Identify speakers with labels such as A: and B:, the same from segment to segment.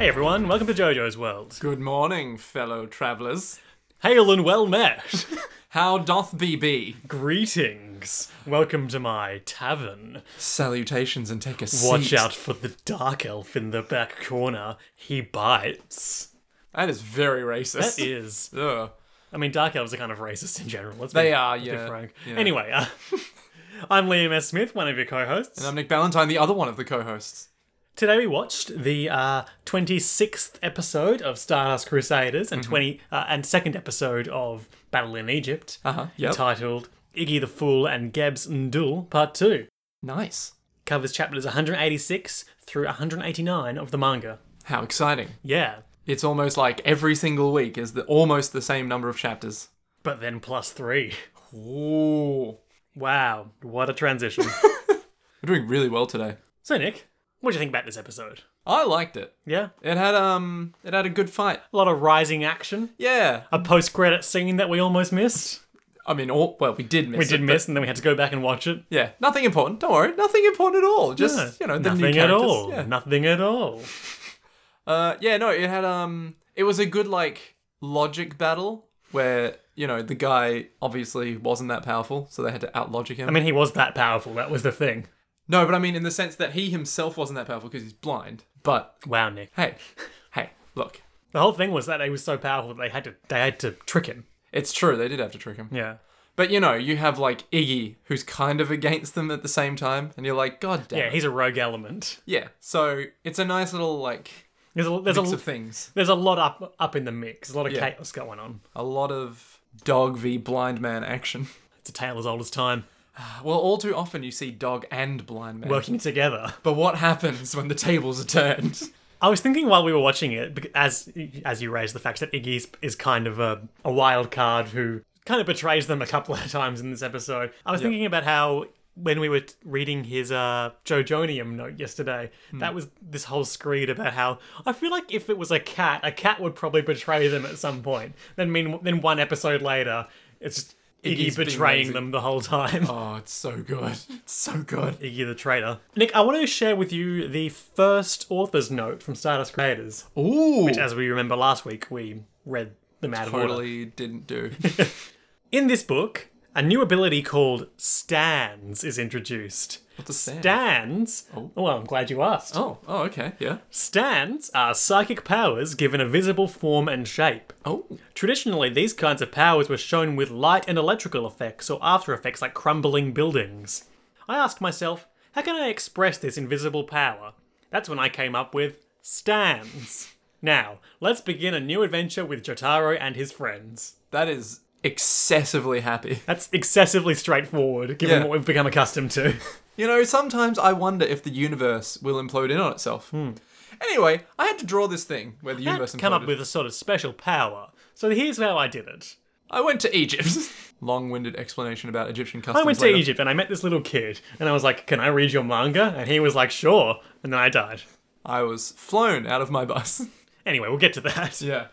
A: everyone. Welcome to JoJo's World.
B: Good morning, fellow travellers.
A: Hail and well met.
B: How doth thee be?
A: Greetings. Welcome to my tavern.
B: Salutations and take a seat.
A: Watch out for the dark elf in the back corner. He bites.
B: That is very racist.
A: That is.
B: Ugh.
A: I mean, dark elves are kind of racist in general. Let's
B: They
A: be,
B: are,
A: let's
B: yeah,
A: Be frank.
B: yeah.
A: Anyway, uh, I'm Liam S. Smith, one of your co-hosts.
B: I'm Nick Ballantyne, the other one of the co-hosts.
A: Today we watched the uh, 26th episode of Stardust Crusaders
B: Mm-hmm.
A: and 20 uh, and second episode of Battle in Egypt,
B: Uh-huh, yep.
A: entitled Iggy the Fool and Gebs Ndul Part Two.
B: Nice.
A: Covers chapters 186 through 189 of the manga.
B: How exciting.
A: Yeah,
B: It's almost like every single week is the, almost the same number of chapters.
A: but then plus three.
B: Ooh.
A: Wow, what a transition.
B: We're doing really well today.
A: so Nick, what do you think about this episode?
B: I liked it.
A: Yeah,
B: It had um it had a good fight.
A: a lot of rising action,
B: Yeah.
A: a post-credit scene that we almost missed.
B: I mean all well, we did miss
A: We
B: it,
A: did
B: but-
A: miss, and then we had to go back and watch it.
B: Yeah. Nothing important. Don't worry. Nothing important at all. Just
A: Yeah.
B: you know, the
A: nothing
B: new
A: at
B: characters.
A: all.
B: Yeah.
A: Nothing at all.
B: Uh, yeah, no, it had um, it was a good like logic battle where you know the guy obviously wasn't that powerful, so they had to outlogic him.
A: I mean, he was that powerful. That was the thing.
B: no, but I mean in the sense that he himself wasn't that powerful because he's blind. But
A: Wow, Nick.
B: hey, hey, look,
A: The whole thing was that he was so powerful that they had to they had to trick him.
B: it's true they did have to trick him.
A: Yeah.
B: But you know, you have like Iggy who's kind of against them at the same time, and you're like, God damn,
A: Yeah,
B: yeah,
A: he's a rogue element.
B: yeah. So it's a nice little like
A: There's a there's
B: mix
A: a,
B: of things.
A: there's a lot up up in the mix. A lot of
B: Yeah.
A: chaos going on.
B: A lot of dog v blind man action.
A: It's a tale as old as time.
B: Well, all too often you see dog and blind man.
A: Working together.
B: But what happens when the tables are turned?
A: I was thinking while we were watching it, bec- as as you raised the fact that Iggy is- is kind of a, a wild card who kind of betrays them a couple of times in this episode. I was thinking about how when we were t- reading his uh, Jojonium note yesterday,
B: Hmm.
A: that was this whole screed about how I feel like if it was a cat, a cat would probably betray them at some point. Then mean then one episode later, it's just Iggy
B: Iggy's being
A: betraying
B: lazy.
A: them the whole time.
B: Oh, it's so good. It's so good.
A: Iggy the traitor. Nick, I want to share with you the first author's note from Stardust Creators
B: Ooh.
A: as we remember last week, we read them out of order.
B: Totally didn't do.
A: In this book, a new ability called stands is introduced.
B: What's a stand?
A: Stands. Oh. well, I'm glad you asked.
B: oh, oh, okay, yeah.
A: Stands are psychic powers given a visible form and shape.
B: Oh,
A: Traditionally, these kinds of powers were shown with light and electrical effects or after effects like crumbling buildings. I asked myself, how can I express this invisible power? That's when I came up with stands. Now, let's begin a new adventure with Jotaro and his friends.
B: that is excessively happy.
A: That's excessively straightforward, given
B: Yeah.
A: what we've become accustomed to.
B: You know, sometimes I wonder if the universe will implode in on itself.
A: Hmm.
B: Anyway, I had to draw this thing where the universe
A: Come up
B: imploded.
A: with a sort of special power. So here's how I did it.
B: I went to Egypt. Long-winded explanation about Egyptian customs.
A: I went to
B: later.
A: Egypt and I met this little kid, and I was like, Can I read your manga? And he was like, Sure. And then I died.
B: I was flown out of my bus.
A: Anyway, we'll get to that.
B: yeah.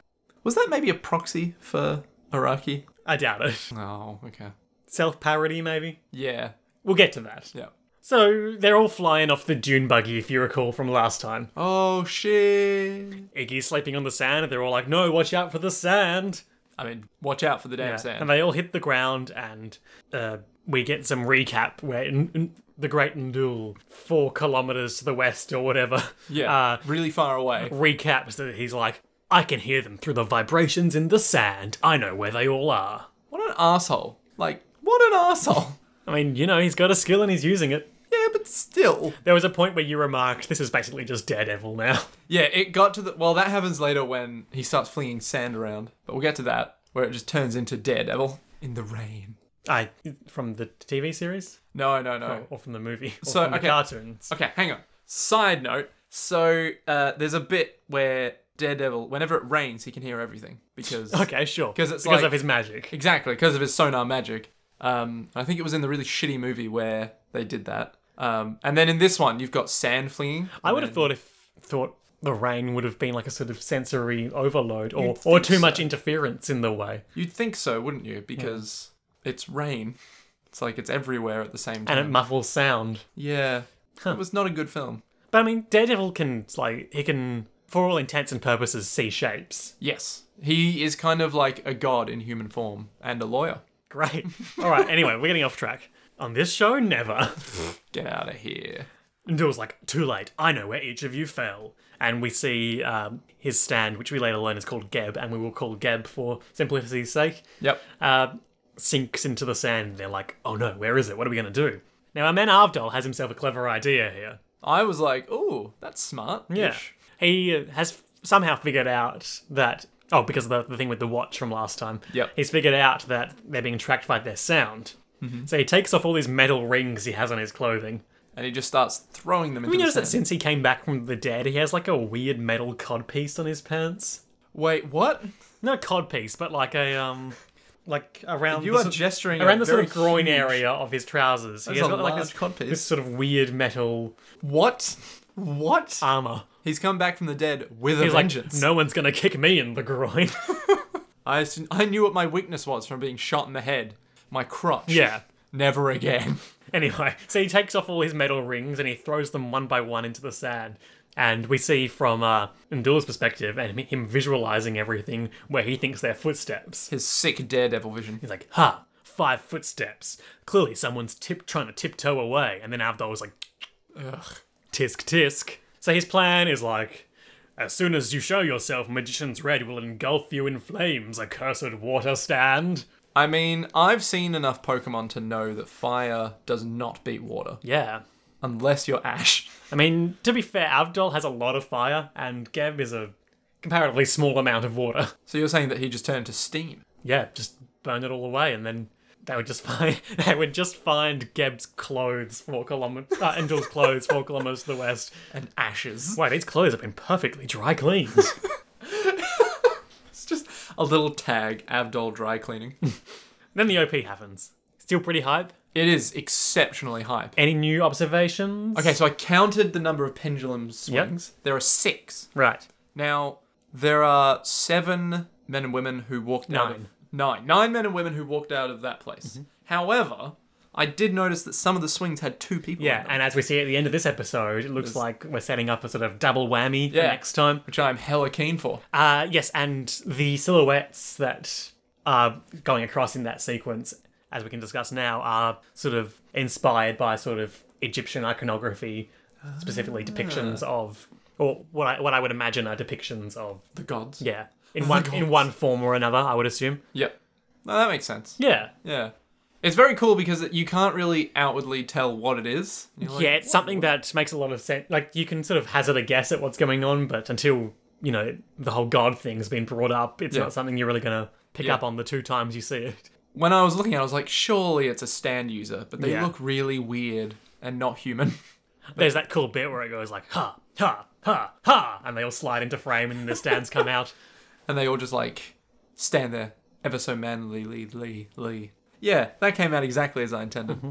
B: Was that maybe a proxy for Iraqi?
A: I doubt it.
B: Oh, okay.
A: Self parody, maybe?
B: Yeah,
A: We'll get to that.
B: yeah.
A: So, they're all flying off the dune buggy, if you recall from last time.
B: Oh shit!
A: Iggy's sleeping on the sand, and they're all like, no, watch out for the sand.
B: I mean, watch out for the damn
A: And
B: sand.
A: they all hit the ground, and uh, we get some recap where N- N- the Great Ndul, four kilometers to the west or whatever,
B: yeah,
A: uh,
B: really far away.
A: recaps that he's like, I can hear them through the vibrations in the sand. I know where they all are.
B: What an asshole! Like, what an asshole!
A: I mean, you know, he's got a skill and he's using it.
B: Yeah, but still.
A: There was a point where you remarked, this is basically just Daredevil now.
B: Yeah, it got to the. Well, that happens later when he starts flinging sand around. But we'll get to that, where it just turns into Daredevil in the rain.
A: I Ah, from the TV series
B: No, no, no.
A: or from the movie or
B: So,
A: from the
B: okay.
A: cartoons.
B: Okay, hang on. Side note. So uh, there's a bit where Daredevil, whenever it rains, he can hear everything because
A: Okay, sure.
B: 'Cause it's
A: because
B: like-
A: of his magic.
B: Exactly, because of his sonar magic. Um, I think it was in the really shitty movie where they did that. Um, and then in this one, you've got sand flinging.
A: I would have thought if thought the rain would have been like a sort of sensory overload or or too much interference in the way,
B: You'd think so, wouldn't you? Because it's rain. It's like it's everywhere at the same time.
A: and it muffles sound.
B: yeah, it was not a good film.
A: But I mean, Daredevil can like he can for all intents and purposes, see shapes.
B: Yes. He is kind of like a god in human form and a lawyer.
A: Great. All right. Anyway, we're getting off track. On this show, never.
B: Get out of here.
A: And Dool's like, too late. I know where each of you fell. And we see um, his stand, which we later learn is called Geb, and we will call Geb for simplicity's sake,
B: Yep.
A: uh, sinks into the sand. They're like, oh no, where is it? What are we going to do? Now, our man Avdol has himself a clever idea here.
B: I was like, ooh, that's smart.
A: Yeah. He uh, has somehow figured out that. Oh, because of the, the thing with the watch from last time.
B: Yep.
A: He's figured out that they're being tracked by their sound. So he takes off all these metal rings he has on his clothing.
B: And he just starts throwing them
A: Have
B: into
A: you
B: the
A: noticed that
B: sand.
A: since he came back from the dead, he has like a weird metal codpiece on his pants?
B: Wait, what?
A: Not a codpiece, but like a um, like around
B: You
A: the
B: are
A: sort-
B: gesturing
A: around
B: a
A: the sort
B: very
A: of groin
B: huge-
A: area of his trousers. He's
B: That's a
A: got like
B: large
A: this,
B: codpiece.
A: this sort of weird metal
B: What? What?
A: armor.
B: He's come back from the dead with a
A: He's like,
B: vengeance.
A: no one's gonna kick me in the groin.
B: I, s- I knew what my weakness was from being shot in the head. My crotch.
A: yeah.
B: Never again.
A: Anyway, so he takes off all his metal rings and he throws them one by one into the sand. And we see from uh, Ndula's perspective and him- him visualizing everything where he thinks they're footsteps.
B: His sick daredevil vision.
A: He's like, ha, five footsteps. Clearly someone's tip trying to tiptoe away. And then Avdol was like, tisk tisk. So his plan is like, as soon as you show yourself, Magician's Red will engulf you in flames, accursed water stand.
B: I mean, I've seen enough Pokemon to know that fire does not beat water.
A: Yeah.
B: Unless you're Ash.
A: I mean, to be fair, Avdol has a lot of fire, and Geb is a comparatively small amount of water.
B: So you're saying that he just turned to steam?
A: Yeah, just burn it all away, and then they would just find they would just find Geb's clothes four kilometers, uh, Avdol's clothes four kilometers to the west.
B: And ashes.
A: Wow, these clothes have been perfectly dry cleaned.
B: It's just a little tag, Abdol dry cleaning.
A: then the OP happens. Still pretty hype.
B: it is exceptionally hype.
A: Any new observations?
B: Okay, so I counted the number of pendulum swings. There are six.
A: right.
B: Now, there are seven men and women who walked out of
A: Nine. Mm-hmm.
B: nine. Nine men and women who walked out of that place. However, I did notice that some of the swings had two people in
A: Yeah,
B: them,
A: and as we see at the end of this episode, it looks like we're setting up a sort of double whammy for
B: Yeah.
A: next time.
B: which I'm hella keen for.
A: Uh, yes, and the silhouettes that are going across in that sequence, as we can discuss now, are sort of inspired by sort of Egyptian iconography,
B: Ah.
A: specifically depictions of, or what I, what I would imagine are depictions of,
B: The gods.
A: yeah, in one in
B: gods.
A: one form or another. I would assume.
B: Yep. No, that makes sense.
A: Yeah,
B: Yeah. It's very cool because it- you can't really outwardly tell what it is. You're like,
A: yeah, it's something that makes a lot of sense. Like you can sort of hazard a guess at what's going on, but until you know the whole god thing's been brought up, it's
B: Yeah.
A: not something you're really gonna pick
B: Yeah.
A: up on the two times you see it.
B: When I was looking at it, I was like, surely it's a stand user, but they
A: Yeah.
B: look really weird and not human.
A: There's that cool bit where it goes like ha ha ha ha, and they all slide into frame, and the stands come out.
B: and they all just like stand there ever so manly lee lee lee yeah that came out exactly as i intended
A: Mm-hmm.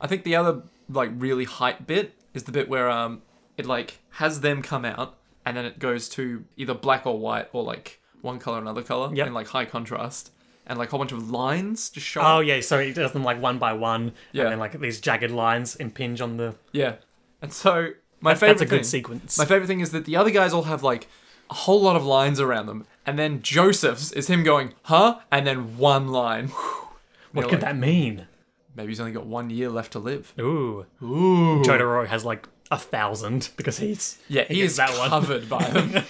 B: i think the other like really hype bit is the bit where um it like has them come out and then it goes to either black or white or like one color another color
A: Yep.
B: in like high contrast and like a whole bunch of lines just show
A: Oh
B: up.
A: yeah, so it does them like one by one,
B: Yeah.
A: and then like these jagged lines impinge on the.
B: yeah and so my favorite
A: That's a good
B: thing,
A: sequence.
B: my favorite thing is that the other guys all have like a whole lot of lines around them and then joseph's is him going huh and then one line
A: what could that mean?
B: Maybe he's only got one year left to live.
A: Ooh,
B: Ooh.
A: Totoro has like a thousand because he's
B: Yeah, he
A: gets
B: is
A: that one.
B: covered by them.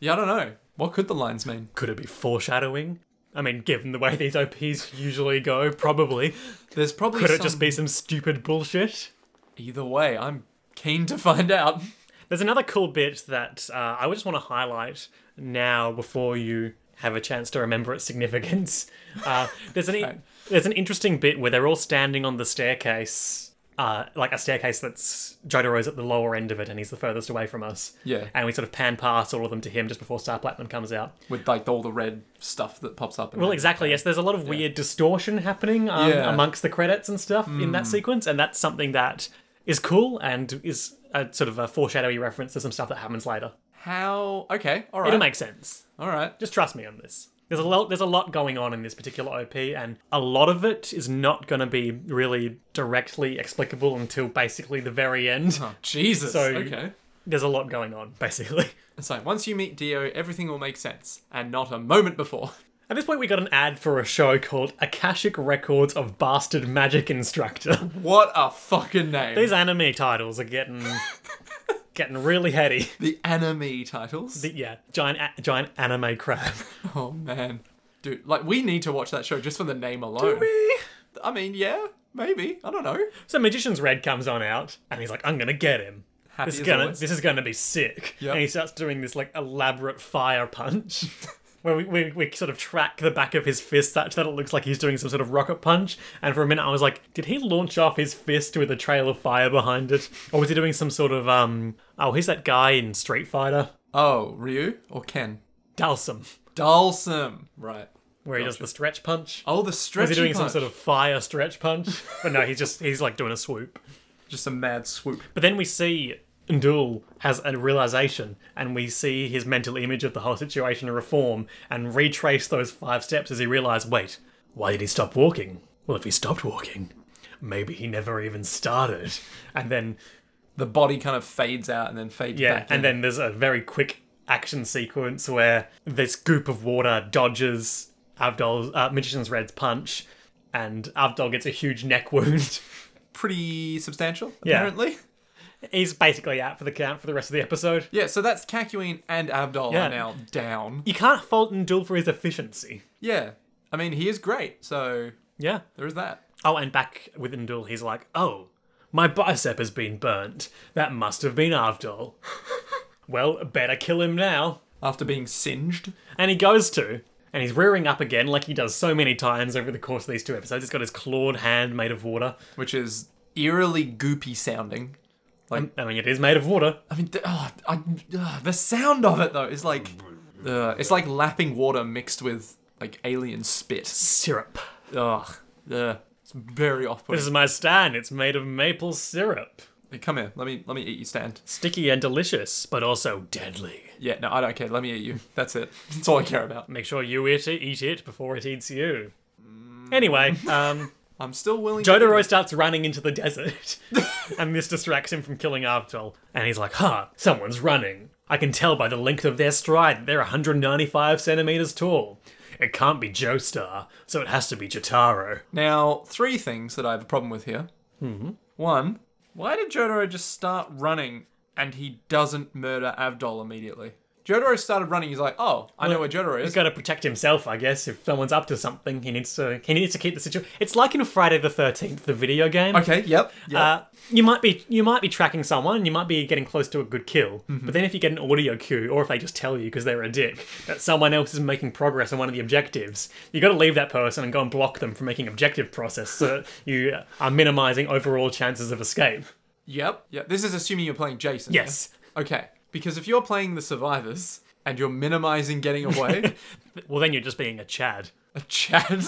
B: yeah, I don't know. What could the lines mean?
A: Could it be foreshadowing? I mean, given the way these OPs usually go, probably.
B: There's probably
A: Could
B: some...
A: it just be some stupid bullshit?
B: Either way, I'm keen to find out.
A: There's another cool bit that uh, I would just want to highlight now before you have a chance to remember its significance. Uh, there's an there's an interesting bit where they're all standing on the staircase, uh, like a staircase that's Jotaro is at the lower end of it, and he's the furthest away from us.
B: Yeah.
A: and we sort of pan past all of them to him just before Star Platinum comes out.
B: With like all the red stuff that pops up.
A: Well, exactly. Yes, there's a lot of weird distortion happening um,
B: Yeah. Mm.
A: amongst the credits and stuff in that sequence, and that's something that is cool and is a sort of a foreshadowy reference to some stuff that happens later.
B: How? Okay. All right.
A: It'll make sense.
B: All right.
A: Just trust me on this. There's a lot. There's a lot going on in this particular OP, and a lot of it is not going to be really directly explicable until basically the very end.
B: Oh, Jesus.
A: So-
B: okay.
A: there's a lot going on, basically.
B: It's like once you meet Dio, everything will make sense, and not a moment before.
A: At this point, we got an ad for a show called Akashic Records of Bastard Magic Instructor.
B: What a fucking name!
A: These anime titles are getting getting really heady.
B: the anime titles.
A: The- yeah, giant a- giant anime crab.
B: oh man, dude, like we need to watch that show just for the name alone. I mean, yeah, maybe. I don't know.
A: so Magician's Red comes on out, and he's like, "I'm gonna get him.
B: Happy
A: This is
B: as
A: gonna
B: always.
A: this is gonna be sick."
B: Yep.
A: And he starts doing this like elaborate fire punch. Where we, we, we sort of track the back of his fist such that it looks like he's doing some sort of rocket punch. And for a minute, I was like, did he launch off his fist with a trail of fire behind it? Or was he doing some sort of, um, oh, who's that guy in Street Fighter?
B: Oh, Ryu or Ken?
A: Dalsum,
B: Dalsum. Right.
A: where he does the stretch punch.
B: Oh, the
A: Is he
B: stretchy
A: doing some
B: punch.
A: sort of fire stretch punch? but no, he's just, he's like doing a swoop.
B: just a mad swoop?
A: But then we see Ndul has a realization, and we see his mental image of the whole situation reform and retrace those five steps as he realized wait, why did he stop walking? Well, if he stopped walking, maybe he never even started. And then,
B: The body kind of fades out and then fades
A: yeah,
B: back.
A: and
B: in.
A: then there's a very quick action sequence where this goop of water dodges Avdol's, uh, Magician's Red's punch, and Avdol gets a huge neck wound.
B: pretty substantial,
A: Yeah.
B: apparently.
A: He's basically out for the count for the rest of the episode.
B: Yeah, so that's Kakuin and Abdol
A: Yeah.
B: are now down.
A: You can't fault Ndul for his efficiency.
B: Yeah. I mean, he is great, so
A: Yeah.
B: there is that.
A: Oh, and back with Indul, he's like, oh, my bicep has been burnt. That must have been Avdol. well, better kill him now.
B: After being singed.
A: And he goes to. And he's rearing up again, like he does so many times over the course of these two episodes. He's got his clawed hand made of water.
B: which is eerily goopy sounding.
A: I mean, it is made of water.
B: I mean, th- oh, I, ugh, the sound of it though is like, ugh, it's like lapping water mixed with like alien spit.
A: Syrup.
B: Ugh, ugh. it's very off-putting.
A: This is my stand. It's made of maple syrup.
B: Hey, Come here, let me let me eat you. Stand.
A: Sticky and delicious, but also deadly.
B: Yeah, no, I don't care. Let me eat you. That's it. That's all I care about.
A: Make sure you eat it, eat it before it eats you. Anyway, um.
B: I'm still willing. to eat
A: Jotaro starts running into the desert, and this distracts him from killing Avdol. And he's like, huh, someone's running. I can tell by the length of their stride that they're 195 centimeters tall. It can't be Joestar, so it has to be Jotaro.
B: it. Now, three things that I have a problem with here. Mm-hmm. One, why did Jotaro just start running and he doesn't murder Avdol immediately? Jotaro started running. He's like, oh, I know where Jotaro
A: He's
B: is.
A: got to protect himself, I guess. If someone's up to something, he needs to he needs to keep the situation. It's like in Friday the Thirteenth, the video game.
B: Okay. Yep. yep.
A: Uh, you might be you might be tracking someone, you might be getting close to a good kill, but then if you get an audio cue, or if they just tell you because they're a dick that someone else is making progress on one of the objectives, you got to leave that person and go and block them from making objective process, so that you are minimizing overall chances of escape.
B: Yep. Yeah. This is assuming you're playing Jason.
A: Yes.
B: yeah? Okay. Because if you're playing the survivors and you're minimizing getting away,
A: Well, then you're just being a Chad.
B: a Chad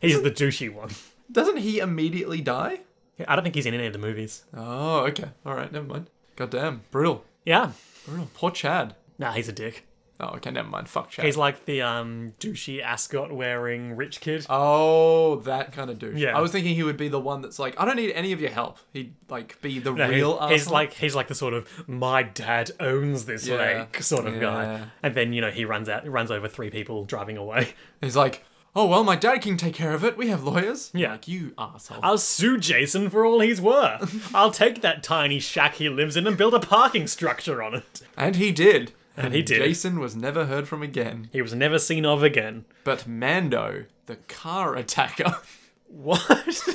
A: He's the douchey one.
B: doesn't he immediately die?
A: Yeah, I don't think he's in any of the movies.
B: Oh, okay. All right. Never mind. Goddamn. Brutal.
A: Yeah,
B: Brutal. Poor Chad.
A: nah, he's a dick.
B: Oh, okay. Never mind. Fuck Chad.
A: He's like the um douchey ascot wearing rich kid.
B: Oh, that kind of douche.
A: Yeah.
B: I was thinking he would be the one that's like, I don't need any of your help. He'd like be the
A: No,
B: real.
A: he's, he's
B: asshole.
A: like he's like the sort of my dad owns this
B: Yeah.
A: lake sort of
B: Yeah.
A: guy and then you know he runs out runs over three people driving away
B: He's like, oh well, my dad can take care of it. We have lawyers.
A: Yeah.
B: Like you asshole.
A: i'll sue jason for all he's worth i'll take that tiny shack he lives in and build a parking structure on it
B: and he did.
A: and he did
B: Jason was never heard from again.
A: he was never seen of again
B: But Mando, the car attacker. Oh,
A: what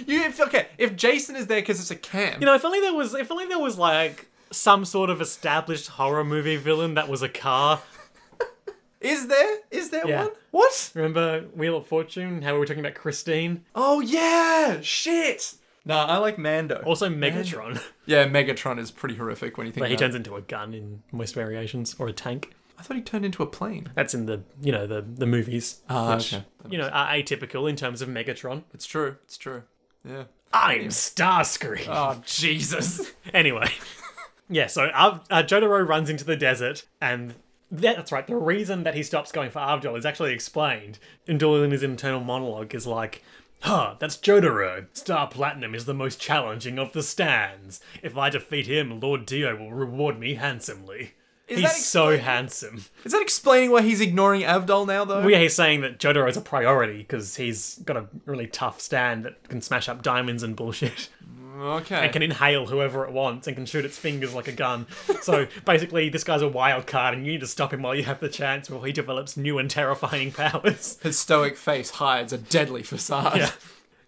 B: you if, okay? If Jason is there because it's a camp,
A: you know if only there was if only there was like some sort of established horror movie villain that was a car
B: is there? Is there
A: Yeah.
B: one? What?
A: remember wheel of fortune how we were talking about christine
B: Oh yeah! Shit! Nah, I like Mando.
A: also megatron
B: yeah, Megatron is pretty horrific when you think.
A: he
B: about it.
A: turns into a gun in most variations or a tank
B: I thought he turned into a plane.
A: That's in the you know the the movies,
B: Ah,
A: which
B: okay.
A: you know are atypical in terms of Megatron.
B: It's true. It's true. Yeah.
A: I'm Starscream.
B: Oh Jesus!
A: Anyway, yeah. So Av- uh, Jotaro runs into the desert, and that's right. The reason that he stops going for Avdol is actually explained. And Dolan in his internal monologue is like. Huh, that's Jotaro. Star Platinum is the most challenging of the stands. If I defeat him, Lord Dio will reward me handsomely.
B: Is
A: he's
B: that
A: so
B: explained?
A: handsome.
B: Is that explaining why he's ignoring Avdol now, though?
A: Well, yeah, he's saying that Jotaro is a priority because he's got a really tough stand that can smash up diamonds and bullshit.
B: okay.
A: It can inhale whoever it wants and can shoot its fingers like a gun. So basically, this guy's a wild card, and you need to stop him while you have the chance, while he develops new and terrifying powers.
B: His stoic face hides a deadly facade.
A: Yeah.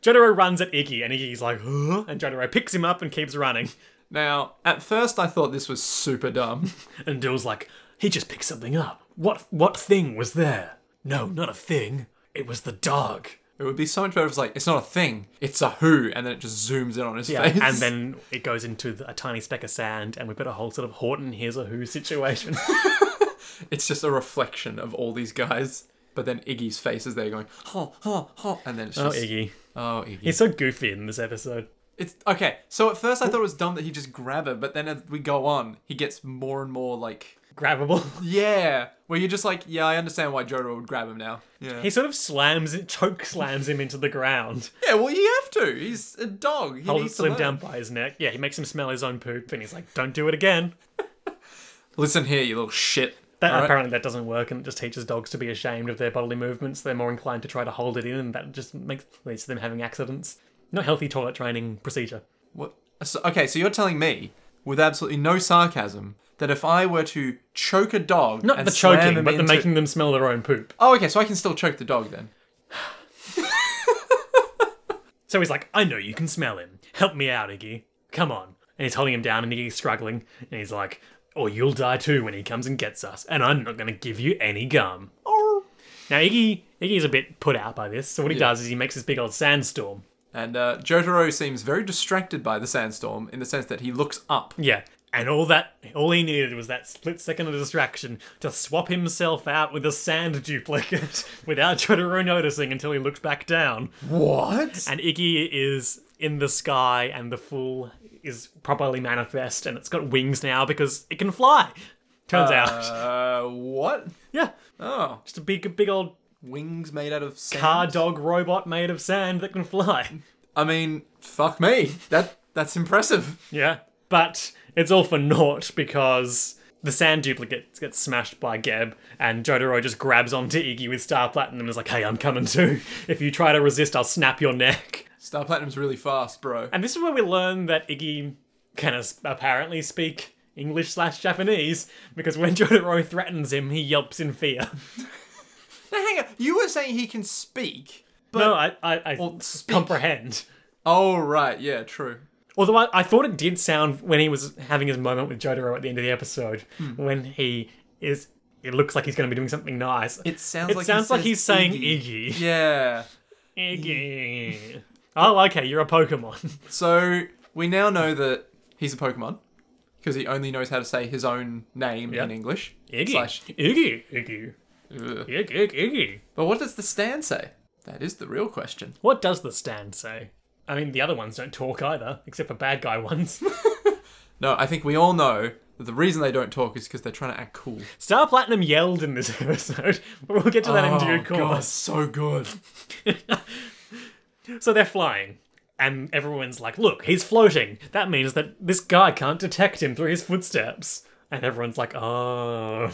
A: Jotaro runs at Iggy, and Iggy's like, huh? and Jotaro picks him up and keeps running.
B: Now, at first, I thought this was super dumb.
A: And Dill's like, he just picked something up. What what thing was there? No, not a thing. It was the dog.
B: It would be so much better if it's like, it's not a thing, it's a who, and then it just zooms in on his face.
A: and then it goes into the, a tiny speck of sand, and we've got a whole sort of Horton here's a who situation.
B: it's just a reflection of all these guys. But then Iggy's face is there going, ho, ho, ho, and then it's
A: oh,
B: just,
A: Iggy.
B: oh, Iggy.
A: He's so goofy in this episode.
B: It's okay. So at first I thought it was dumb that he just grab her, but then as we go on, he gets more and more like
A: Grabbable.
B: yeah, where you're just like yeah, I understand why Jotaro would grab him now. Yeah,
A: He sort of slams it, choke slams him into the ground,
B: yeah. Well, you have to. He's a dog. He needs
A: holds
B: to
A: him
B: learn.
A: down by his neck. Yeah, he makes him smell his own poop, and he's like, "Don't do it again."
B: Listen here, you little shit.
A: That,
B: All right.
A: Apparently, that doesn't work, and it just teaches dogs to be ashamed of their bodily movements. They're more inclined to try to hold it in, and that just makes leads to them having accidents. Not healthy toilet training procedure.
B: What? So, okay, so you're telling me with absolutely no sarcasm that if I were to choke a dog,
A: Not
B: and
A: the
B: slam
A: choking,
B: him
A: but the
B: into-
A: making them smell their own poop.
B: Oh, okay, so I can still choke the dog then.
A: So he's like, I know you can smell him. Help me out, Iggy. Come on. And he's holding him down, and Iggy's struggling. And he's like, Or you'll die too when he comes and gets us. And I'm not going to give you any gum.
B: Oh.
A: Now, Iggy Iggy's a bit put out by this. So what he does is he makes this big old sandstorm.
B: And uh, Jotaro seems very distracted by the sandstorm in the sense that he looks up.
A: Yeah. And all that, all he needed was that split second of distraction to swap himself out with a sand duplicate without Jotaro noticing until he looked back down.
B: What?
A: And Iggy is in the sky, and the fool is properly manifest, and it's got wings now because it can fly. Turns out,
B: Uh, what?
A: yeah,
B: Oh,
A: just a big, big old
B: wings made out of sand.
A: car dog robot made of sand that can fly.
B: I mean, fuck me. That that's impressive.
A: Yeah, but it's all for naught because the sand duplicate gets smashed by Geb, and Jotaro just grabs onto Iggy with Star Platinum and is like, "Hey, I'm coming too. If you try to resist, I'll snap your neck."
B: Star Platinum's really fast, bro.
A: And this is where we learn that Iggy can as- apparently speak English slash Japanese because when Jotaro threatens him, he yelps in fear.
B: Now, hang on. You were saying he can speak.
A: no, I, I, I
B: speak.
A: comprehend.
B: Oh right, yeah, true.
A: Although I, I thought it did sound when he was having his moment with Jotaro at the end of the episode when he is. It looks like he's going to be doing something nice.
B: It sounds
A: It
B: like he
A: sounds like
B: says
A: he's saying
B: Iggy.
A: Iggy.
B: Yeah.
A: Iggy. Oh, okay. You're a Pokemon.
B: So we now know that he's a Pokemon because he only knows how to say his own name
A: Yeah.
B: in English.
A: Iggy.
B: Slash- uh,
A: Iggy. Iggy.
B: Ugh.
A: Iggy. Iggy.
B: But what does the stand say? That is the real question.
A: What does the stand say? I mean, the other ones don't talk either, except for bad guy ones.
B: No, I think we all know that the reason they don't talk is because they're trying to act cool.
A: Star Platinum yelled in this episode, but we'll get to that in due course.
B: Oh, so good.
A: So they're flying, and everyone's like, look, he's floating. That means that this guy can't detect him through his footsteps. And everyone's like, oh.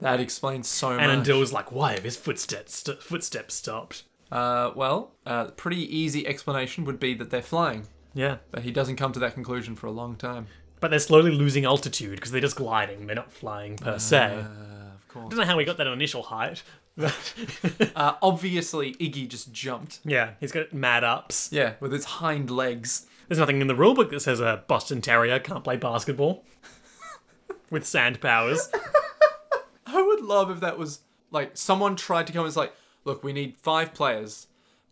B: That explains so
A: And
B: much.
A: Andil's like, why have his footsteps, st- footsteps stopped?
B: uh, well, uh, pretty easy explanation would be that they're flying,
A: Yeah.
B: but he doesn't come to that conclusion for a long time.
A: But they're slowly losing altitude because they're just gliding. They're not flying per se.
B: Ah. Of course.
A: don't know how we got that initial height. but-
B: Uh, obviously, Iggy just jumped.
A: yeah, he's got mad ups.
B: Yeah, with its hind legs.
A: There's nothing in the rulebook that says a Boston Terrier can't play basketball with sand powers.
B: I would love if that was like someone tried to come and it's like, look, we need five players,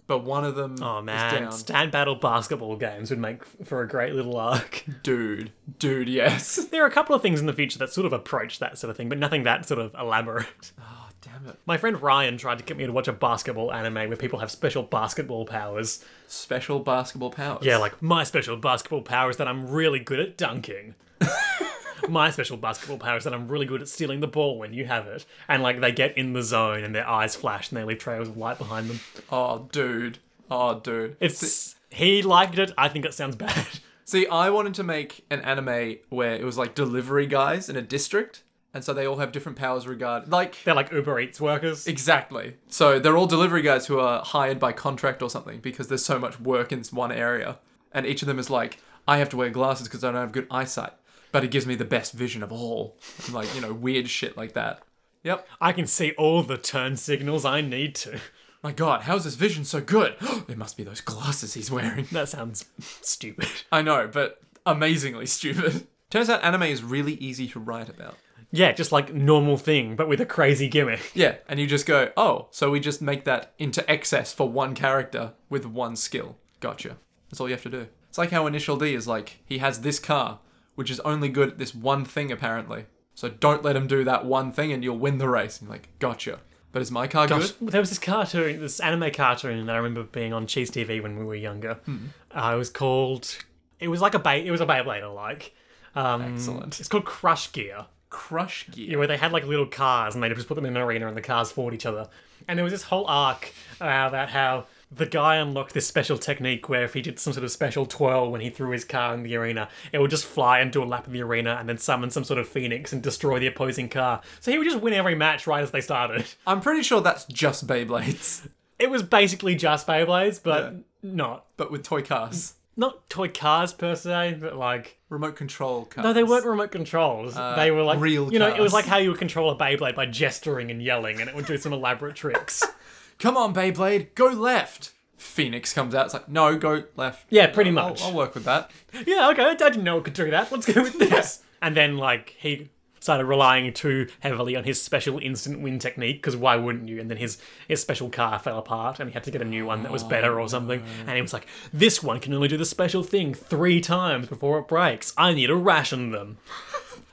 B: but one of them
A: Oh
B: is
A: man,
B: down.
A: stand battle basketball games would make f- for a great little arc.
B: dude, dude, yes.
A: There are a couple of things in the future that sort of approach that sort of thing, but nothing that sort of elaborate.
B: oh damn it.
A: My friend Ryan tried to get me to watch a basketball anime where people have special basketball powers.
B: Special basketball powers.
A: Yeah, like my special basketball power is that I'm really good at dunking. my special basketball power is that I'm really good at stealing the ball when you have it. And like they get in the zone and their eyes flash and they leave trails of light behind them.
B: Oh, dude. Oh, dude.
A: It's he liked it. I think it sounds bad.
B: See, I wanted to make an anime where it was like delivery guys in a district, and so they all have different powers regard like
A: They're like Uber Eats workers.
B: exactly. So they're all delivery guys who are hired by contract or something because there's so much work in this one area, and each of them is like, I have to wear glasses because I don't have good eyesight, but it gives me the best vision of all. like you know, weird shit like that. Yep.
A: I can see all the turn signals I need to.
B: My God, how is this vision so good? it must be those glasses he's wearing.
A: That sounds stupid.
B: I know, but amazingly stupid. Turns out anime is really easy to write about.
A: Yeah, just like normal thing, but with a crazy gimmick.
B: Yeah, and you just go, oh, so we just make that into excess for one character with one skill. Gotcha. That's all you have to do. It's like how Initial D is like, he has this car, which is only good at this one thing apparently. So don't let him do that one thing and you'll win the race. And you're like, gotcha. But is my car good?
A: There was this cartoon, this anime cartoon that I remember being on Cheese TV when we were younger.
B: Hmm.
A: Uh, it was called. It was like a bay. It was a Beyblade like. Um,
B: Excellent.
A: It's called Crush Gear.
B: Crush
A: you
B: gear.
A: know, where they had like little cars and they'd just put them in an arena and the cars fought each other. And there was this whole arc uh, about how the guy unlocked this special technique where if he did some sort of special twirl when he threw his car in the arena, it would just fly and do a lap in the arena and then summon some sort of phoenix and destroy the opposing car. So he would just win every match right as they started.
B: I'm pretty sure that's just Beyblades,
A: It was basically just Beyblades, but not
B: but with toy cars.
A: not toy cars per se, but like
B: Remote control cars.
A: no, they weren't remote controls. they were like
B: Uh, real
A: you know, it was like
B: cars.
A: how you would control a Beyblade by gesturing and yelling, and it would do some elaborate tricks.
B: Come on, Beyblade, go left. Phoenix comes out. It's like, no, go left.
A: Yeah, pretty
B: Uh, I'll-
A: much.
B: I'll work with that.
A: yeah, okay, I didn't know it could do that. Let's go with this. And then, like, he started relying too heavily on his special instant win technique, because why wouldn't you? And then his, his special car fell apart, and he had to get a new one that was
B: Oh,
A: better or something. And he was like, this one can only do the special thing three times before it breaks. I need to ration them.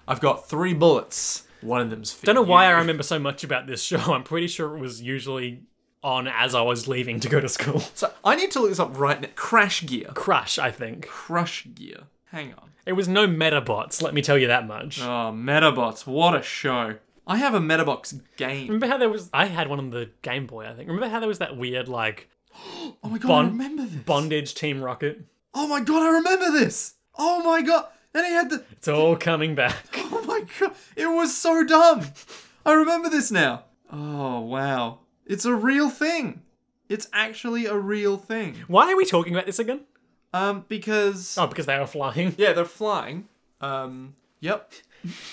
B: I've got three bullets. One of them's. For
A: I don't know why I remember so much about this show. I'm pretty sure it was usually on as I was leaving to go to school.
B: So I need to look this up right now. Crash gear.
A: Crush, I think.
B: Crush gear. Hang on.
A: It was no Metabots, let me tell you that much.
B: Oh, Metabots. What a show. I have a Metabots game.
A: Remember how there was? I had one on the Game Boy, I think. Remember how there was that weird like
B: Oh my god, I
A: Bond-
B: remember this.
A: bondage Team Rocket?
B: Oh my god, I remember this. Oh my god. Then he had the.
A: It's all coming back.
B: Oh my god. It was so dumb. I remember this now. Oh, wow. It's a real thing. It's actually a real thing.
A: Why are we talking about this again?
B: Um, because
A: Oh, because they were flying,
B: yeah, they're flying. Um, yep.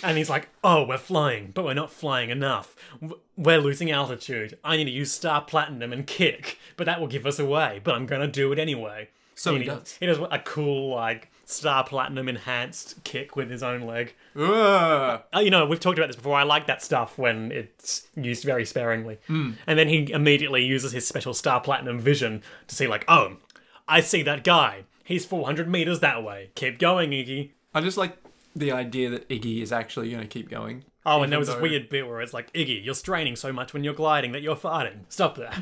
A: and he's like, "Oh, we're flying, but we're not flying enough. W- We're losing altitude. I need to use Star Platinum and kick, but that will give us away. But I'm gonna do it anyway."
B: So
A: And He does a cool like Star Platinum enhanced kick with his own leg.
B: Ugh.
A: Uh, you know, we've talked about this before. I like that stuff when it's used very sparingly. And then he immediately uses his special star platinum vision to see, like, oh, I see that guy. He's 400 meters that way. Keep going, Iggy.
B: I just like the idea that Iggy is actually going to keep going.
A: Oh, and there was this
B: though-
A: weird bit where it's like, Iggy, you're straining so much when you're gliding that you're farting. Stop that.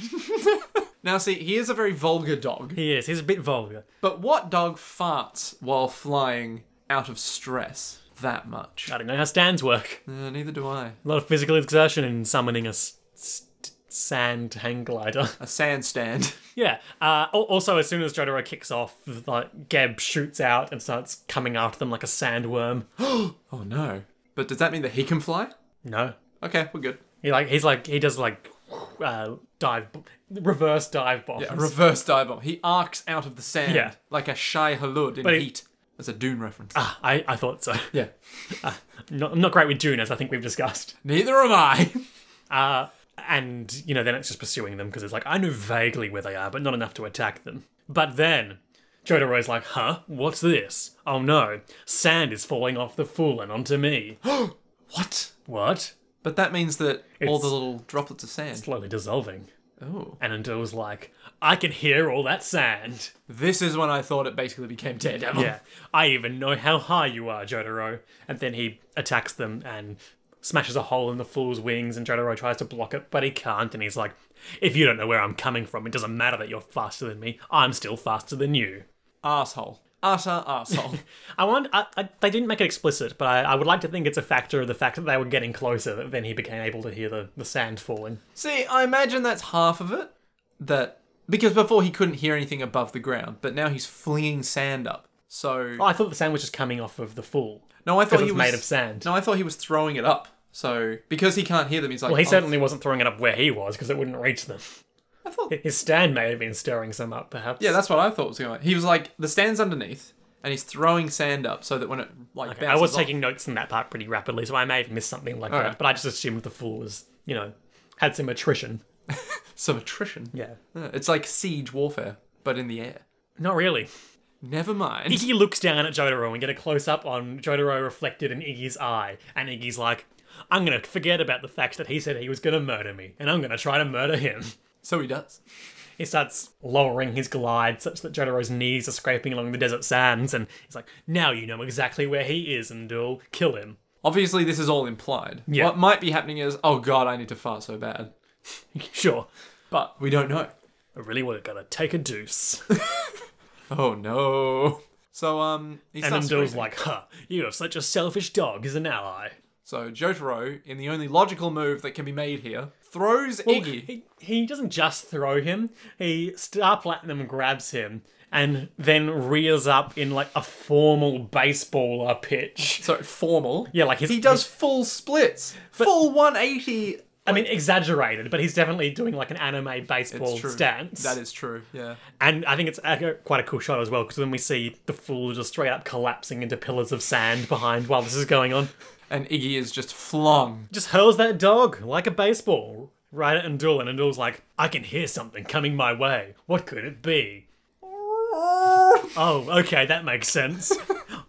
B: Now, see, he is a very vulgar dog,
A: he is. He's a bit vulgar.
B: but what dog farts while flying out of stress that much?
A: I don't know how stands work.
B: Uh, neither do I.
A: A lot of physical exertion in summoning a s- s- sand hang glider.
B: A sand stand.
A: Yeah. Uh, al- also, as soon as Jotaro kicks off, like Geb shoots out and starts coming after them like a sandworm.
B: Oh no. But does that mean that he can fly?
A: No,
B: Okay, we're good.
A: he like he's like he does like uh, dive b- reverse dive bombs.
B: A reverse dive bomb. He arcs out of the sand
A: Yeah.
B: like a shy halud in
A: he-
B: heat. That's a Dune reference.
A: Ah, I, I thought so.
B: yeah.
A: Not, I'm not great with Dune, as I think we've discussed.
B: Neither am I.
A: Uh, and, you know, then it's just pursuing them because it's like, I know vaguely where they are, but not enough to attack them. But then, Jotaro's like, huh? What's this? Oh no, sand is falling off the fool and onto me.
B: what?
A: what?
B: But that means that all
A: It's-
B: the little droplets of sand.
A: Slowly dissolving.
B: Oh.
A: And Endor's like, I can hear all that sand.
B: This is when I thought it basically became Daredevil.
A: Yeah. I even know how high you are, Jotaro. And then he attacks them and smashes a hole in the fool's wings, and Jotaro tries to block it, but he can't. And he's like, If you don't know where I'm coming from, it doesn't matter that you're faster than me. I'm still faster than you.
B: Asshole. Utter asshole.
A: I want. I, I, they didn't make it explicit, but I, I would like to think it's a factor of the fact that they were getting closer that then he became able to hear the, the sand falling.
B: See, I imagine that's half of it. That Because before he couldn't hear anything above the ground, but now he's flinging sand up. So
A: Oh, I thought the sand was just coming off of the fool.
B: no, I thought
A: Because
B: he
A: it's
B: was
A: made of sand.
B: No, I thought he was throwing it up. So because he can't hear them, he's like,
A: Well, he
B: "Oh,
A: certainly wasn't throwing it up where he was because it wouldn't reach them.
B: I thought,
A: His stand may have been stirring some up, perhaps.
B: yeah, that's what I thought was going. on. He was like, the stand's underneath, and he's throwing sand up so that when it like
A: I
B: bounces
A: was
B: off-
A: taking notes on that part pretty rapidly, so I may have missed something like that.
B: Alright.
A: But I just assumed the fool was, you know, had some attrition.
B: some attrition.
A: Yeah.
B: Yeah, It's like siege warfare, but in the air.
A: Not really.
B: Never mind.
A: Iggy looks down at Jotaro and we get a close up on Jotaro reflected in Iggy's eye, and Iggy's like, I'm gonna forget about the fact that he said he was gonna murder me, and I'm gonna try to murder him.
B: So he does.
A: He starts lowering his glide such that Jotaro's knees are scraping along the desert sands, and he's like, Now you know exactly where he is, and I'll kill him.
B: Obviously, this is all implied.
A: Yeah.
B: What might be happening is, oh god, I need to fart so bad.
A: Sure,
B: But we don't know.
A: I really were gonna take a deuce.
B: Oh no. So um, he
A: And
B: starts
A: Undil's
B: screaming.
A: like, huh, you have such a selfish dog as an ally.
B: So Jotaro, in the only logical move that can be made here, throws Iggy.
A: He, he doesn't just throw him, he Star Platinum grabs him and then rears up in like a formal baseballer pitch.
B: so formal.
A: Yeah, like his,
B: He does full splits, full 180.
A: I mean, exaggerated, but he's definitely doing like an anime baseball
B: It's true.
A: stance.
B: That is true. Yeah.
A: And I think it's a- quite a cool shot as well because then we see the fool just straight up collapsing into pillars of sand behind while this is going on.
B: And Iggy is just flung.
A: just hurls that dog like a baseball right at Andul, and Andul's like, I can hear something coming my way. What could it be? Oh, okay, that makes sense.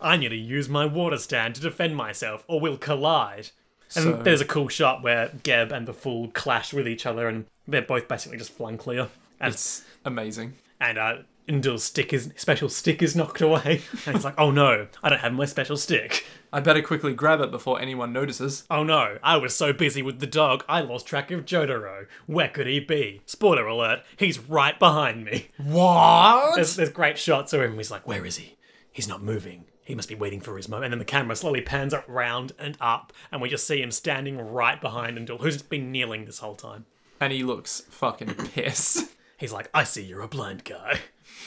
A: I need to use my water stand to defend myself, or we'll collide. And
B: So-
A: there's a cool shot where Geb and the Fool clash with each other, and they're both basically just flung clear. And,
B: It's amazing.
A: and uh, Indul's stick is special stick is knocked away, and he's like, "Oh no, I don't have my special stick."
B: I better quickly grab it before anyone notices.
A: Oh no, I was so busy with the dog, I lost track of Jotaro. Where could he be? Spoiler alert, he's right behind me.
B: What?
A: There's, there's great shots of him. He's like, Where is he? He's not moving. He must be waiting for his moment. And then the camera slowly pans up round and up, and we just see him standing right behind Indul, who's been kneeling this whole time.
B: And he looks fucking pissed.
A: He's like, I see you're a blind guy.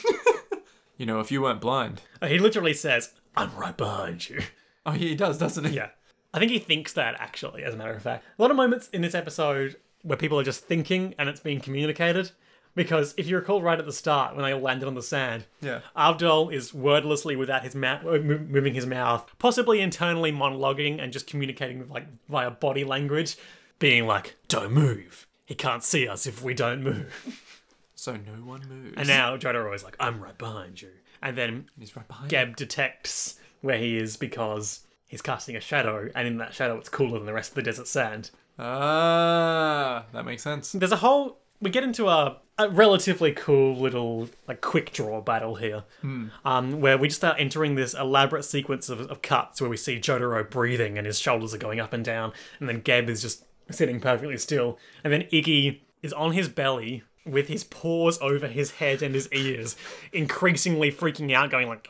B: You know, if you weren't blind.
A: He literally says, I'm right behind you.
B: Oh, he does, doesn't he?
A: Yeah. I think he thinks that actually, as a matter of fact. A lot of moments in this episode where people are just thinking and it's being communicated. Because if you recall right at the start when they landed on the sand,
B: Yeah.
A: Abdul is wordlessly without his mouth mo- moving his mouth, possibly internally monologuing and just communicating like via body language, being like, "Don't move. He can't see us if we don't move."
B: So no one moves.
A: And now Jotaro is like, "I'm right behind you," and then
B: he's right behind.
A: Geb detects where he is because he's casting a shadow, and in that shadow, it's cooler than the rest of the desert sand.
B: Ah, that makes sense.
A: There's a whole. We get into a, a relatively cool little like quick draw battle here, um, where we just start entering this elaborate sequence of, of cuts where we see Jotaro breathing and his shoulders are going up and down, and then Geb is just sitting perfectly still, and then Iggy is on his belly with his paws over his head and his ears, increasingly freaking out, going like,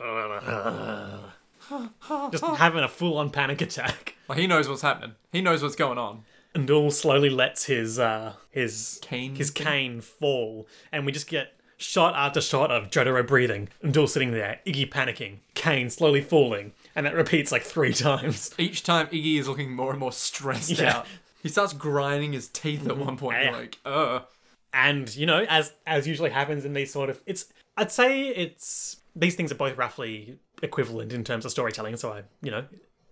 A: just having a full-on panic attack.
B: Well, he knows what's happening. He knows what's going on.
A: And all slowly lets his uh his
B: Cane
A: his cane fall, and we just get shot after shot of Jotaro breathing, and all sitting there, Iggy panicking, cane slowly falling, and that repeats like three times.
B: Each time Iggy is looking more and more stressed
A: Yeah. Mm-hmm. Eh.
B: out. He starts grinding his teeth at one point.
A: Yeah.
B: Like, uh.
A: And you know, as as usually happens in these sort of, it's I'd say it's these things are both roughly equivalent in terms of storytelling, so I you know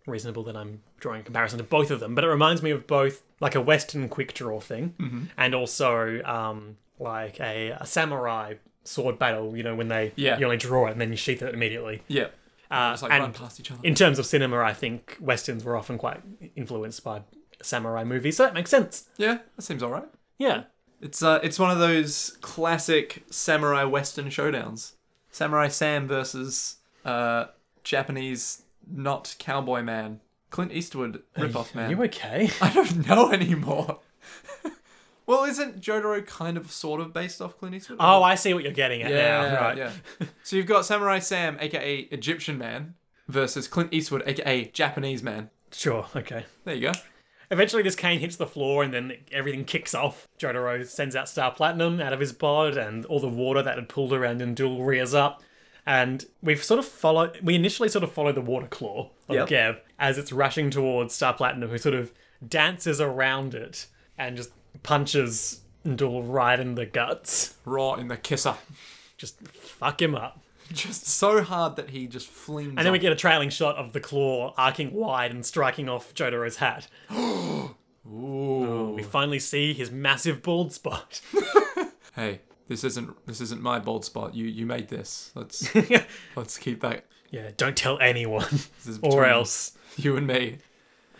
A: reasonable that I'm drawing a comparison to both of them, but it reminds me of both like a Western quick draw thing,
B: Mm-hmm.
A: and also um, like a, a samurai sword battle. You know, when they
B: Yeah.
A: you only draw it and then you sheath it immediately.
B: Yeah.
A: Uh,
B: Just like
A: and
B: run past each other.
A: in terms of cinema, I think westerns were often quite influenced by samurai movies, so that makes sense.
B: yeah, that seems alright.
A: Yeah,
B: It's uh, it's one of those classic samurai western showdowns. Samurai Sam versus uh, Japanese not cowboy man. Clint Eastwood ripoff man.
A: you okay?
B: I don't know anymore. well, isn't Jotaro kind of sort of based off Clint Eastwood?
A: Oh, I see what you're getting at
B: yeah,
A: now. Right.
B: yeah. so you've got Samurai Sam, aka Egyptian man, versus Clint Eastwood, aka Japanese man.
A: Sure. Okay.
B: There you go.
A: Eventually, this cane hits the floor, and then everything kicks off. Jotaro sends out Star Platinum out of his pod, and all the water that had pooled around Indul rears up. And we've sort of followed. We initially sort of follow the water claw of
B: Yep.
A: Geb as it's rushing towards Star Platinum, who sort of dances around it and just punches Indul right in the guts.
B: Raw in the kisser.
A: Just fuck him up.
B: Just so hard that he just flings.
A: And then we get a trailing shot of the claw arcing wide and striking off Jotaro's hat.
B: Ooh.
A: We finally see his massive bald spot.
B: Hey, this isn't this isn't my bald spot. You you made this. Let's let's keep that
A: yeah, don't tell anyone
B: is
A: or
B: between-
A: else.
B: you and me.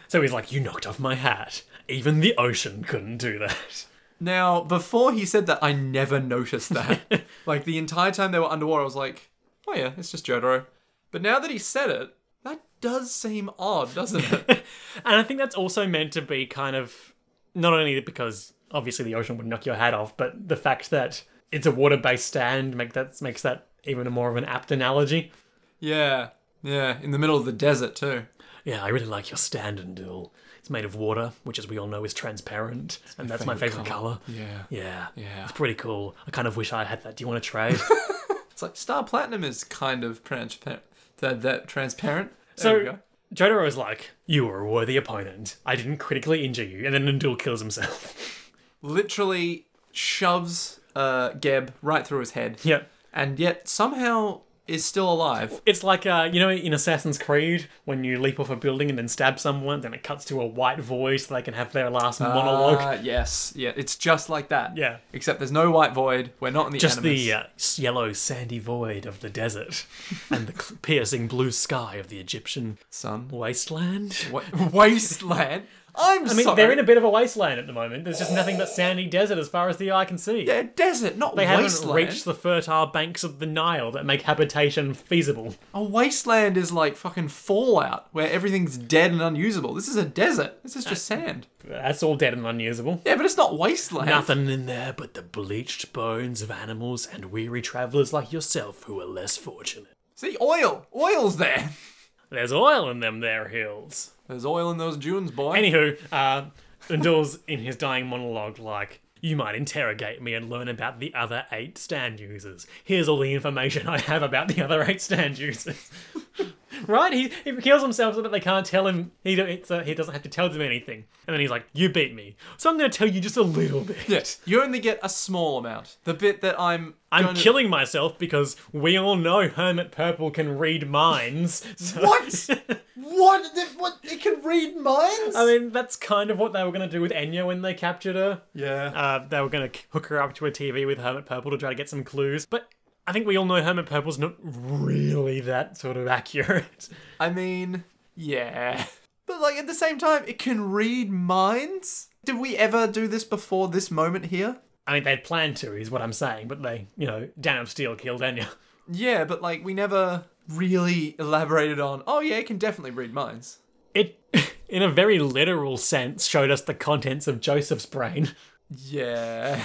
A: So he's like, You knocked off my hat. Even the ocean couldn't do that.
B: Now, before he said that, I never noticed that. like the entire time they were underwater, I was like, "Oh yeah, it's just Jotaro." But now that he said it, that does seem odd, doesn't it?
A: And I think that's also meant to be kind of not only because obviously the ocean would knock your hat off, but the fact that it's a water based stand make that, makes that even more of an apt analogy.
B: yeah, yeah. In the middle of the desert too.
A: Yeah, I really like your stand and duel. It's made of water, which, as we all know, is transparent, and that's my favorite color.
B: Yeah.
A: Yeah.
B: Yeah.
A: It's pretty cool. I kind of wish I had that. Do you want to trade?
B: It's like Star Platinum is kind of transparent. That that transparent. There we
A: so
B: go.
A: Jotaro is like, You were a worthy opponent. I didn't critically injure you. And then Nindul kills himself.
B: literally shoves uh, Geb right through his head.
A: yep.
B: And yet somehow is still alive.
A: It's like, uh, you know, in Assassin's Creed, when you leap off a building and then stab someone, then it cuts to a white voice so they can have their last monologue.
B: Ah, yes. Yeah. It's just like that.
A: Yeah.
B: Except there's no white void. We're not in the
A: Just
B: Animus.
A: the uh, s- yellow sandy void of the desert and the cl- piercing blue sky of the Egyptian
B: sun.
A: wasteland.
B: Wa- wasteland. I'm
A: I mean, they're in a bit of a wasteland at the moment. There's just nothing but sandy desert as far as the eye can see.
B: a desert, not
A: They haven't
B: wasteland.
A: reached the fertile banks of the Nile that make habitation feasible.
B: a wasteland is like fucking Fallout, where everything's dead and unusable. This is a desert. This is just sand.
A: That's all dead and unusable.
B: Yeah, but it's not wasteland.
A: Nothing in there but the bleached bones of animals and weary travellers like yourself who are less fortunate.
B: See, oil. Oil's there.
A: There's oil in them there hills.
B: There's oil in those dunes, boy.
A: Anywho, uh, Undul's in his dying monologue like, you might interrogate me and learn about the other eight stand users. Here's all the information I have about the other eight stand users. right? He, he kills himself so that they can't tell him. He, don't- it's, uh, he doesn't have to tell them anything. And then he's like, you beat me. So I'm going to tell you just a little bit.
B: Yes, you only get a small amount. The bit that I'm
A: I'm
B: gonna-
A: killing myself because we all know Hermit Purple can read minds. So-
B: What? what? The- What? It can read minds.
A: I mean, that's kind of what they were going to do with Enya when they captured her.
B: yeah.
A: Uh, they were going to hook her up to a TV with Hermit Purple to try to get some clues. But I think we all know Hermit Purple's not really that sort of accurate.
B: I mean, yeah. But like at the same time, it can read minds. Did we ever do this before this moment here?
A: I mean, they'd planned to, is what I'm saying, but they, you know, Dan of Steel killed Enya.
B: Yeah, but like we never really elaborated on. Oh yeah, it can definitely read minds.
A: It, in a very literal sense, showed us the contents of Joseph's brain.
B: Yeah.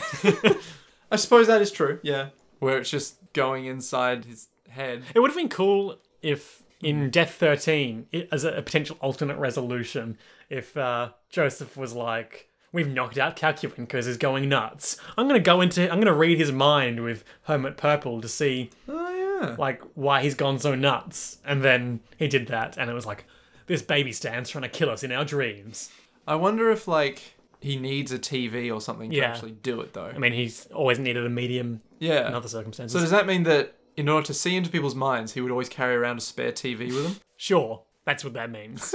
B: I suppose that is true. Yeah. Where it's just going inside his head.
A: It would have been cool if in Death 13, it, as a, a potential alternate resolution, if uh, Joseph was like, We've knocked out Calculin because he's going nuts. I'm gonna go into, I'm gonna read his mind with Hermit Purple to see
B: Oh yeah.
A: like why he's gone so nuts. And then he did that, and it was like, this baby stands trying to kill us in our dreams.
B: I wonder if like he needs a TV or something to
A: Yeah.
B: actually do it though.
A: I mean, he's always needed a medium
B: Yeah.
A: in other circumstances.
B: so does that mean that in order to see into people's minds, he would always carry around a spare TV with him?
A: sure, that's what that means.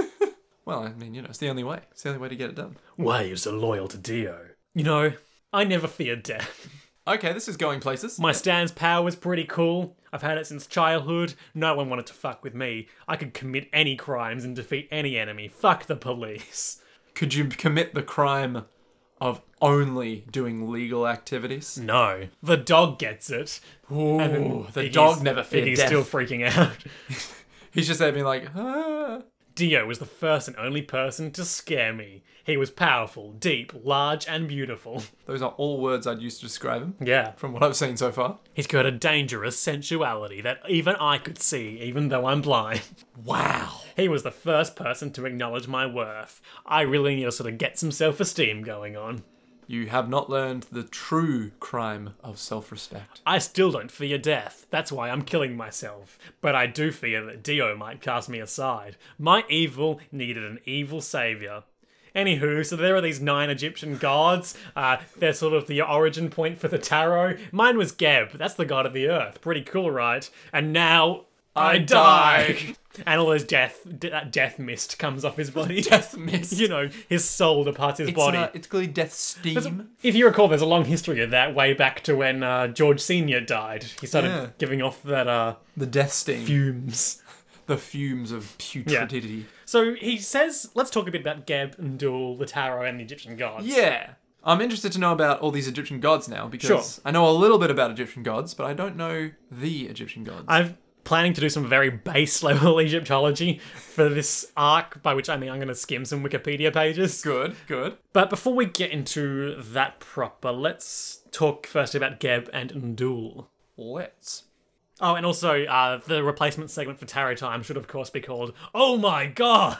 B: Well, I mean, you know, it's the only way. It's the only way to get it done.
A: why are you so loyal to Dio? You know, I never feared death.
B: Okay, this is going places.
A: My stand's power was pretty cool. I've had it since childhood. No one wanted to fuck with me. I could commit any crimes and defeat any enemy. Fuck the police.
B: Could you commit the crime of only doing legal activities?
A: No. The dog gets it.
B: Ooh, the
A: Iggy's-
B: dog never feared
A: Iggy's
B: death.
A: still freaking out.
B: He's just there being like, ah.
A: Dio was the first and only person to scare me. He was powerful, deep, large, and beautiful.
B: Those are all words I'd use to describe him
A: Yeah.
B: from what I've seen so far.
A: He's got a dangerous sensuality that even I could see, even though I'm blind.
B: Wow.
A: He was the first person to acknowledge my worth. I really need to sort of get some self esteem going on.
B: You have not learned the true crime of self respect.
A: I still don't fear death. That's why I'm killing myself. But I do fear that Dio might cast me aside. My evil needed an evil savior. Anywho, so there are these nine Egyptian gods. Uh, they're sort of the origin point for the tarot. Mine was Geb. That's the god of the earth. Pretty cool, right? And now I,
B: I
A: die.
B: die.
A: and all his death, d- that death mist comes off his body.
B: Death mist.
A: You know, his soul departs his
B: it's,
A: body.
B: uh, it's clearly death steam.
A: If you recall, there's a long history of that way back to when uh, George Senior died. He started
B: Yeah.
A: giving off that uh,
B: The death steam.
A: fumes.
B: the fumes of putridity.
A: So he says, "Let's talk a bit about Geb and Dul, the tarot, and the Egyptian gods."
B: Yeah. I'm interested to know about all these Egyptian gods now because
A: Sure.
B: I know a little bit about Egyptian gods, but I don't know the Egyptian gods.
A: I'm planning to do some very base level Egyptology for this arc, by which I mean I'm going to skim some Wikipedia pages.
B: good, good.
A: But before we get into that proper, let's talk first about Geb and Dul.
B: Let's.
A: Oh, and also, uh, the replacement segment for Tarot Time should, of course, be called "Oh My God."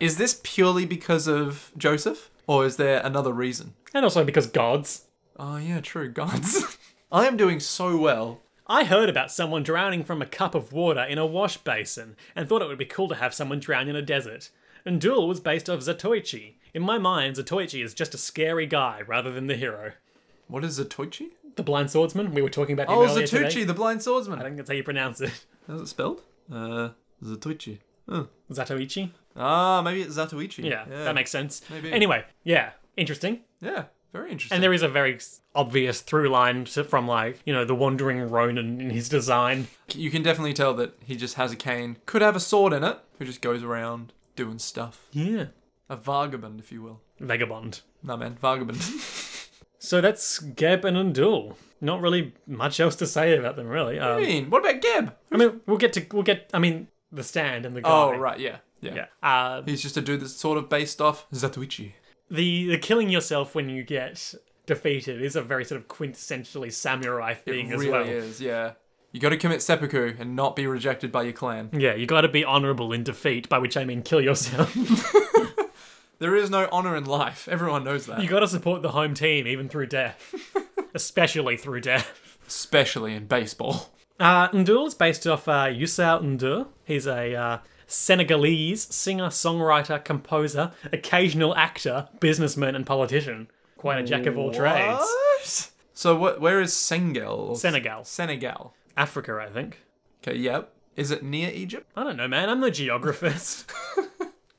B: Is this purely because of Joseph, or is there another reason?
A: And also because gods.
B: Oh, yeah, true, gods. I am doing so well.
A: I heard about someone drowning from a cup of water in a wash basin and thought it would be cool to have someone drown in a desert. And Duel was based off Zatoichi. In my mind, Zatoichi is just a scary guy rather than the hero.
B: What is Zatoichi?
A: The blind swordsman, we were talking about him
B: Oh,
A: earlier today.
B: Zatoichi, the blind swordsman.
A: I think that's how you pronounce it.
B: How's it spelled? Uh, Zatoichi. Huh.
A: Zatoichi?
B: Ah, maybe it's Zatoichi.
A: Yeah, that makes sense.
B: Maybe.
A: Anyway, yeah, interesting.
B: Yeah, very interesting.
A: And there is a very s- obvious through line to, from, like, you know, the wandering Ronin in his design.
B: you can definitely tell that he just has a cane. Could have a sword in it. Who just goes around doing stuff.
A: Yeah.
B: A vagabond, if you will.
A: Vagabond.
B: Nah, man, vagabond.
A: So that's Geb and Undul. Not really much else to say about them, really.
B: I
A: Um,
B: mean, what about Geb?
A: I mean, we'll get to we'll get. I mean, the stand and the guy.
B: Oh, right, yeah, yeah.
A: Yeah. Uh,
B: He's just a dude that's sort of based off Zatoichi.
A: the the killing yourself when you get defeated is a very sort of quintessentially samurai thing as
B: really
A: well.
B: is, yeah. You got to commit seppuku and not be rejected by your clan.
A: Yeah, you got to be honorable in defeat, by which I mean kill yourself.
B: There is no honor in life. Everyone knows that.
A: you got to support the home team even through death, especially through death.
B: Especially in baseball.
A: Uh, Ndul is based off uh, Youssou Ndur. He's a uh, Senegalese singer, songwriter, composer, occasional actor, businessman, and politician. Quite a jack of all trades.
B: What? So what? Where is Senegal?
A: Senegal.
B: Senegal.
A: Africa, I think.
B: Okay. Yep. Is it near Egypt?
A: I don't know, man. I'm no geographist.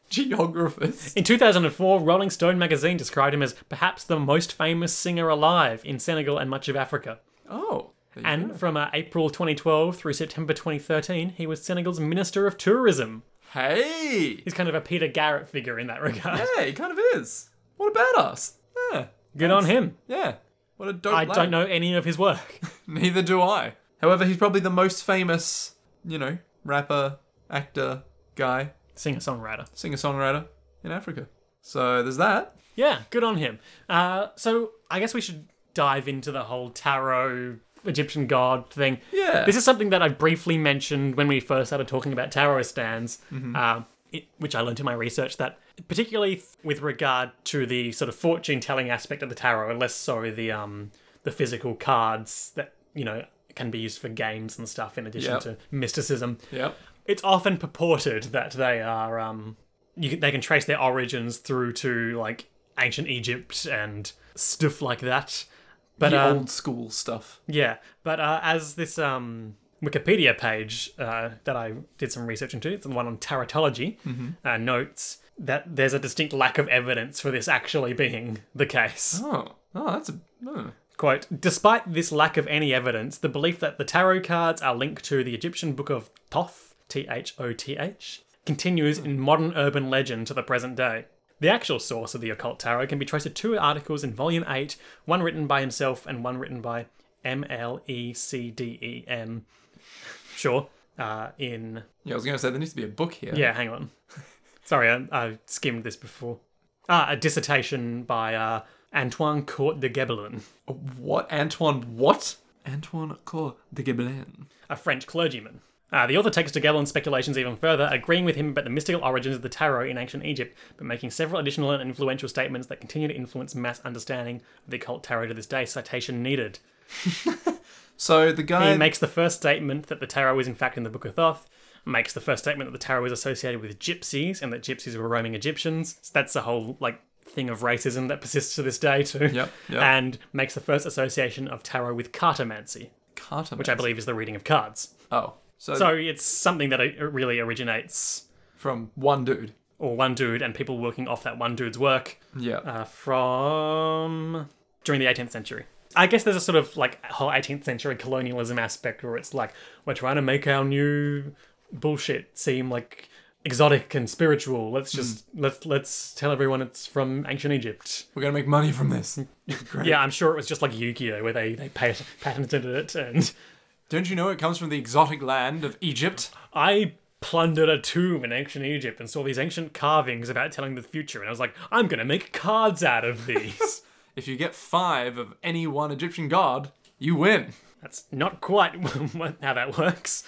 B: Geographers.
A: in 2004, Rolling Stone magazine described him as perhaps the most famous singer alive in Senegal and much of Africa.
B: Oh. there you
A: And
B: go.
A: from uh, April 2012 through September 2013, he was Senegal's Minister of Tourism.
B: hey.
A: He's kind of a Peter Garrett figure in that regard.
B: Hey, it kind of is. What about us? Yeah.
A: Good on him.
B: Yeah. What a dope.
A: I
B: lad.
A: don't know any of his work.
B: Neither do I. However, he's probably the most famous, you know, rapper, actor, guy,
A: singer songwriter.
B: singer songwriter in Africa. So there's that.
A: Yeah, good on him. Uh, so I guess we should dive into the whole tarot Egyptian god thing.
B: Yeah.
A: This is something that I briefly mentioned when we first started talking about tarot stands,
B: Mm-hmm.
A: uh, it, which I learned in my research that, particularly th- with regard to the sort of fortune telling aspect of the tarot, less so the um, the physical cards that you know can be used for games and stuff in addition
B: Yep.
A: to mysticism.
B: Yep.
A: it's often purported that they are um you can, they can trace their origins through to like ancient Egypt and stuff like that. But
B: The
A: um,
B: old school stuff.
A: yeah, but uh, as this um Wikipedia page uh, that I did some research into, it's the one on tarotology,
B: Mm-hmm.
A: uh, notes that there's a distinct lack of evidence for this actually being the case.
B: Oh. Oh, that's a. Oh.
A: Quote, despite this lack of any evidence, the belief that the tarot cards are linked to the Egyptian book of Thoth, T H O T H, continues in modern urban legend to the present day. The actual source of the occult tarot can be traced to two articles in Volume 8, one written by himself and one written by M L E C D E N. Sure. uh, in.
B: Yeah, I was gonna say there needs to be a book here.
A: Yeah, hang on. Sorry, I, I skimmed this before. Ah, a dissertation by uh, Antoine Court de Gebelin,
B: What Antoine? What Antoine Cor de Gibelin?
A: a French clergyman. Uh, the author takes de Gebelin's speculations even further, agreeing with him about the mystical origins of the tarot in ancient Egypt, but making several additional and influential statements that continue to influence mass understanding of the occult tarot to this day. Citation needed.
B: So the guy.
A: He makes the first statement that the tarot is in fact in the Book of Thoth. Makes the first statement that the tarot is associated with gypsies and that gypsies were roaming Egyptians. So that's the whole like thing of racism that persists to this day too.
B: Yep, yep.
A: And makes the first association of tarot with cartomancy,
B: Carter,
A: which I believe is the reading of cards.
B: Oh, so,
A: So it's something that it really originates,
B: from one dude.
A: or one dude and people working off that one dude's work
B: Yeah.
A: uh, from during the 18th century. I guess there's a sort of like whole 18th century colonialism aspect where it's like we're trying to make our new bullshit seem like exotic and spiritual. Let's just let's let's tell everyone it's from ancient Egypt.
B: We're gonna make money from this. Great.
A: Yeah, I'm sure it was just like Yu-Gi-Oh where they they pat- patented it and
B: Don't you know it comes from the exotic land of Egypt?
A: I plundered a tomb in ancient Egypt and saw these ancient carvings about telling the future and I was like, I'm going to make cards out of these.
B: If you get five of any one Egyptian god, you win.
A: That's not quite what- how that works.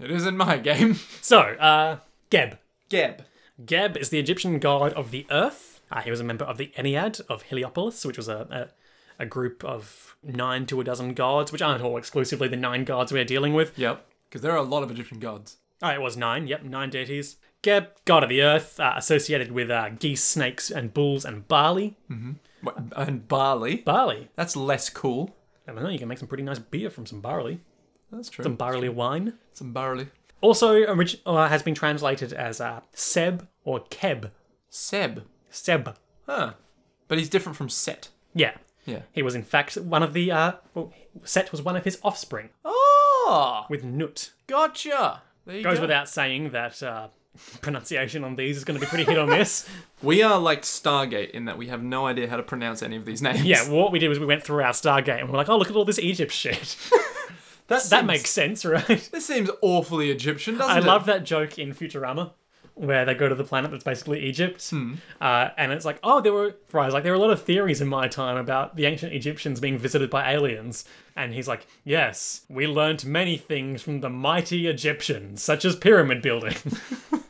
B: It isn't my game.
A: So, uh, Geb.
B: Geb.
A: Geb is the Egyptian god of the earth. Uh, he was a member of the Ennead of Heliopolis, which was a, a, a group of nine to a dozen gods, which aren't all exclusively the nine gods we're dealing with.
B: Yep. Because there are a lot of Egyptian gods.
A: Oh, it was nine. Yep, nine deities. Geb, god of the earth, uh, associated with uh, geese, snakes, and bulls, and barley.
B: Wait, And barley.
A: Barley.
B: That's less cool.
A: I don't know, you can make some pretty nice beer from some barley.
B: That's true.
A: Some barley wine.
B: Some barley.
A: Also, orig- uh, has been translated as uh, Seb or Keb.
B: Seb.
A: Seb.
B: Huh. But he's different from Set.
A: Yeah.
B: Yeah.
A: He was, in fact, one of the. Uh, well, Set was one of his offspring
B: Oh,
A: with Nut.
B: gotcha. There you
A: Goes
B: go.
A: without saying that uh, pronunciation on these is going to be pretty hit or miss.
B: We are like Stargate in that we have no idea how to pronounce any of these names.
A: yeah, what we did was we went through our Stargate and we're like, oh, look at all this Egypt shit.
B: that,
A: that makes sense, right?
B: This seems awfully Egyptian, doesn't
A: I
B: it?
A: love that joke in Futurama where they go to the planet that's basically Egypt. Uh, and it's like, oh, there were, Fry's like, there were a lot of theories in my time about the ancient Egyptians being visited by aliens. And he's like, yes, we learnt many things from the mighty Egyptians, such as pyramid building.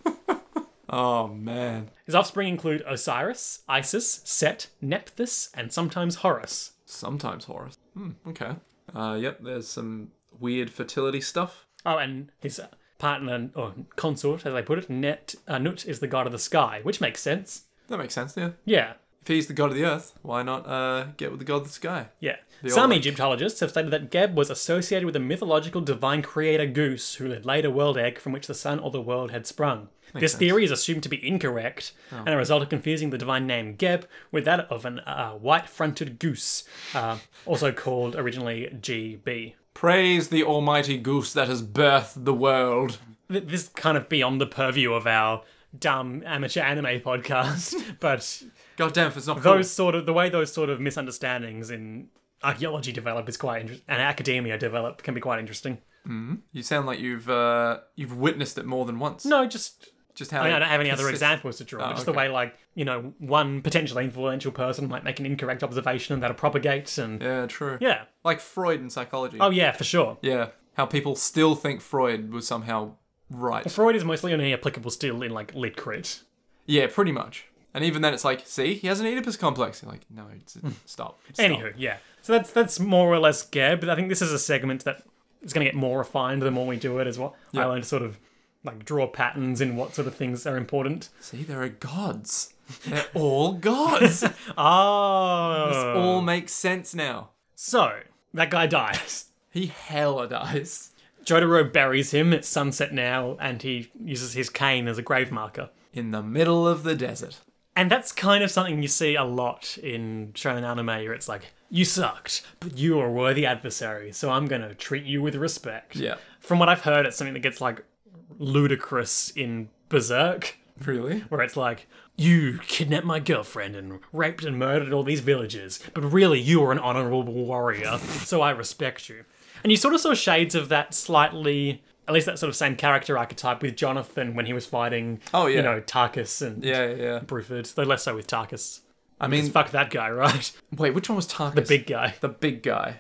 B: Oh man.
A: His offspring include Osiris, Isis, Set, Nephthys, and sometimes Horus.
B: Sometimes Horus. Hmm. Okay. Uh. Yep. There's some weird fertility stuff.
A: Oh, and his partner, or consort, as they put it, Net, uh, Nut is the god of the sky, which makes sense.
B: That makes sense. Yeah.
A: Yeah,
B: If he's the god of the earth, why not uh get with the god of the sky?
A: Yeah. Some
B: old-
A: Egyptologists have stated that Geb was associated with the mythological divine creator Goose, who had laid a world egg from which the sun or the world had sprung. this theory is assumed to be incorrect,
B: Oh.
A: and a result of confusing the divine name Geb with that of an uh, white-fronted goose, uh, also called originally GB.
B: Praise the almighty goose that has birthed the world.
A: Th- This is kind of beyond the purview of our dumb amateur anime podcast, but
B: God damn, if it's not
A: those sort of the way those sort of misunderstandings in archaeology develop is quite interesting, and academia develop can be quite interesting.
B: cool. you sound like you've uh you've witnessed it more than once.
A: No, just
B: Just how
A: I mean, I don't have any other Oh,
B: example.
A: examples to draw. but just the
B: okay.
A: way, like, you know, one potentially influential person might make an incorrect observation and that'll propagate. And
B: Yeah, true.
A: yeah.
B: Like Freud in psychology.
A: Oh, yeah, for sure.
B: Yeah, how people still think Freud was somehow right.
A: Freud is mostly only applicable still in, like, lit crit.
B: Yeah, pretty much. And even then, it's like, see, he has an Oedipus complex. You're like, no, it's, stop. stop.
A: Hmm. Anywho, yeah. So that's that's more or less Geb. I think this is a segment that is going to get more refined the more we do it, as well. I learned to sort of, like, draw patterns in what sort of things are important.
B: see, there are gods. They're all gods. this
A: Oh.
B: all makes sense now.
A: So, that guy dies.
B: He hella dies.
A: Jotaro buries him at sunset now, and he uses his cane as a grave marker.
B: In the middle of the desert.
A: And that's kind of something you see a lot in shonen anime, where it's like, you sucked, but you are a worthy adversary, so I'm going to treat you with respect.
B: Yeah.
A: From what I've heard, it's something that gets like ludicrous in Berserk,
B: Really?
A: where it's like, you kidnapped my girlfriend and raped and murdered all these villagers, but really you are an honorable warrior, so I respect you. And you sort of saw shades of that slightly at least that sort of same character archetype with Jonathan when he was fighting.
B: Oh, yeah.
A: you know Tarkus and
B: Yeah, yeah, yeah.
A: Bruford. Though less so with Tarkus.
B: I
A: Because
B: mean,
A: fuck that guy, right?
B: wait, which one was Tarkus?
A: The big guy.
B: the big guy.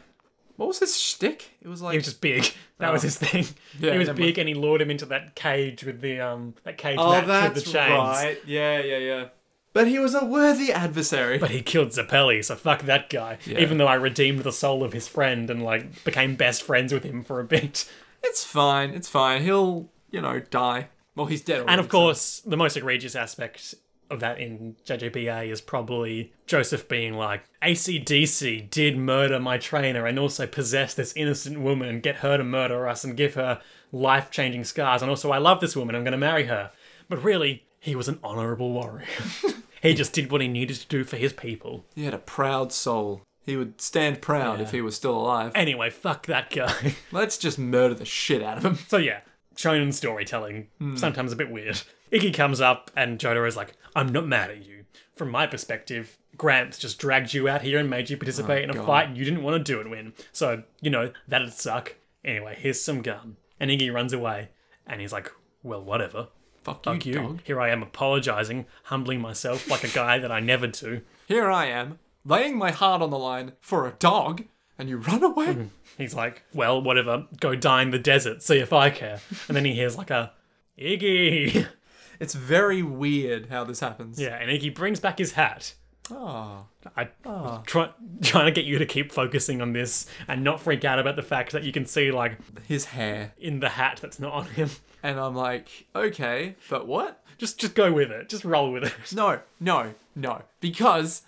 B: What was his shtick? It was like
A: He was just big. That was his thing.
B: Oh. Yeah,
A: he was
B: never
A: big, and he lured him into that cage with the um that cage
B: Oh,
A: match
B: that's
A: with the chains.
B: right. Yeah, yeah, yeah. But he was a worthy adversary.
A: But he killed Zappelli, so fuck that guy.
B: Yeah.
A: Even though I redeemed the soul of his friend and like became best friends with him for a bit.
B: It's fine. It's fine. He'll, you know, die. Well, he's dead. Already,
A: And of
B: so-
A: course, the most egregious aspect of that in JJPA is probably Joseph being like, ACDC did murder my trainer and also possess this innocent woman and get her to murder us and give her life changing scars. And also, I love this woman, I'm going to marry her. But really, he was an honorable warrior. he just did what he needed to do for his people.
B: he had a proud soul. He would stand proud if he was still alive.
A: Anyway, fuck that guy.
B: Let's just murder the shit out of him.
A: So yeah, shonen storytelling
B: Hmm.
A: sometimes a bit weird. Iggy comes up and Jotaro's like, "I'm not mad at you. From my perspective, Gramps just dragged you out here and made you participate in a
B: Oh, God.
A: fight you didn't want to do it in. So you know that'd suck. Anyway, here's some gum." And Iggy runs away, and he's like, "Well, whatever.
B: Fuck,
A: Fuck
B: you,
A: you.
B: dog.
A: Here I am apologizing, humbling myself like a guy that I never do."
B: Here I am, laying my heart on the line for a dog, and you run
A: Mm-hmm.
B: away.
A: He's like, "Well, whatever. Go die in the desert. See if I care." And then he hears like a, "Iggy."
B: it's very weird how this happens.
A: Yeah, and Iggy brings back his hat.
B: Oh.
A: I was try, trying to get you to keep focusing on this and not freak out about the fact that you can see like
B: His hair.
A: in the hat that's not on him.
B: And I'm like, okay, but what?
A: Just just go with it. Just roll with it.
B: No, no, no. Because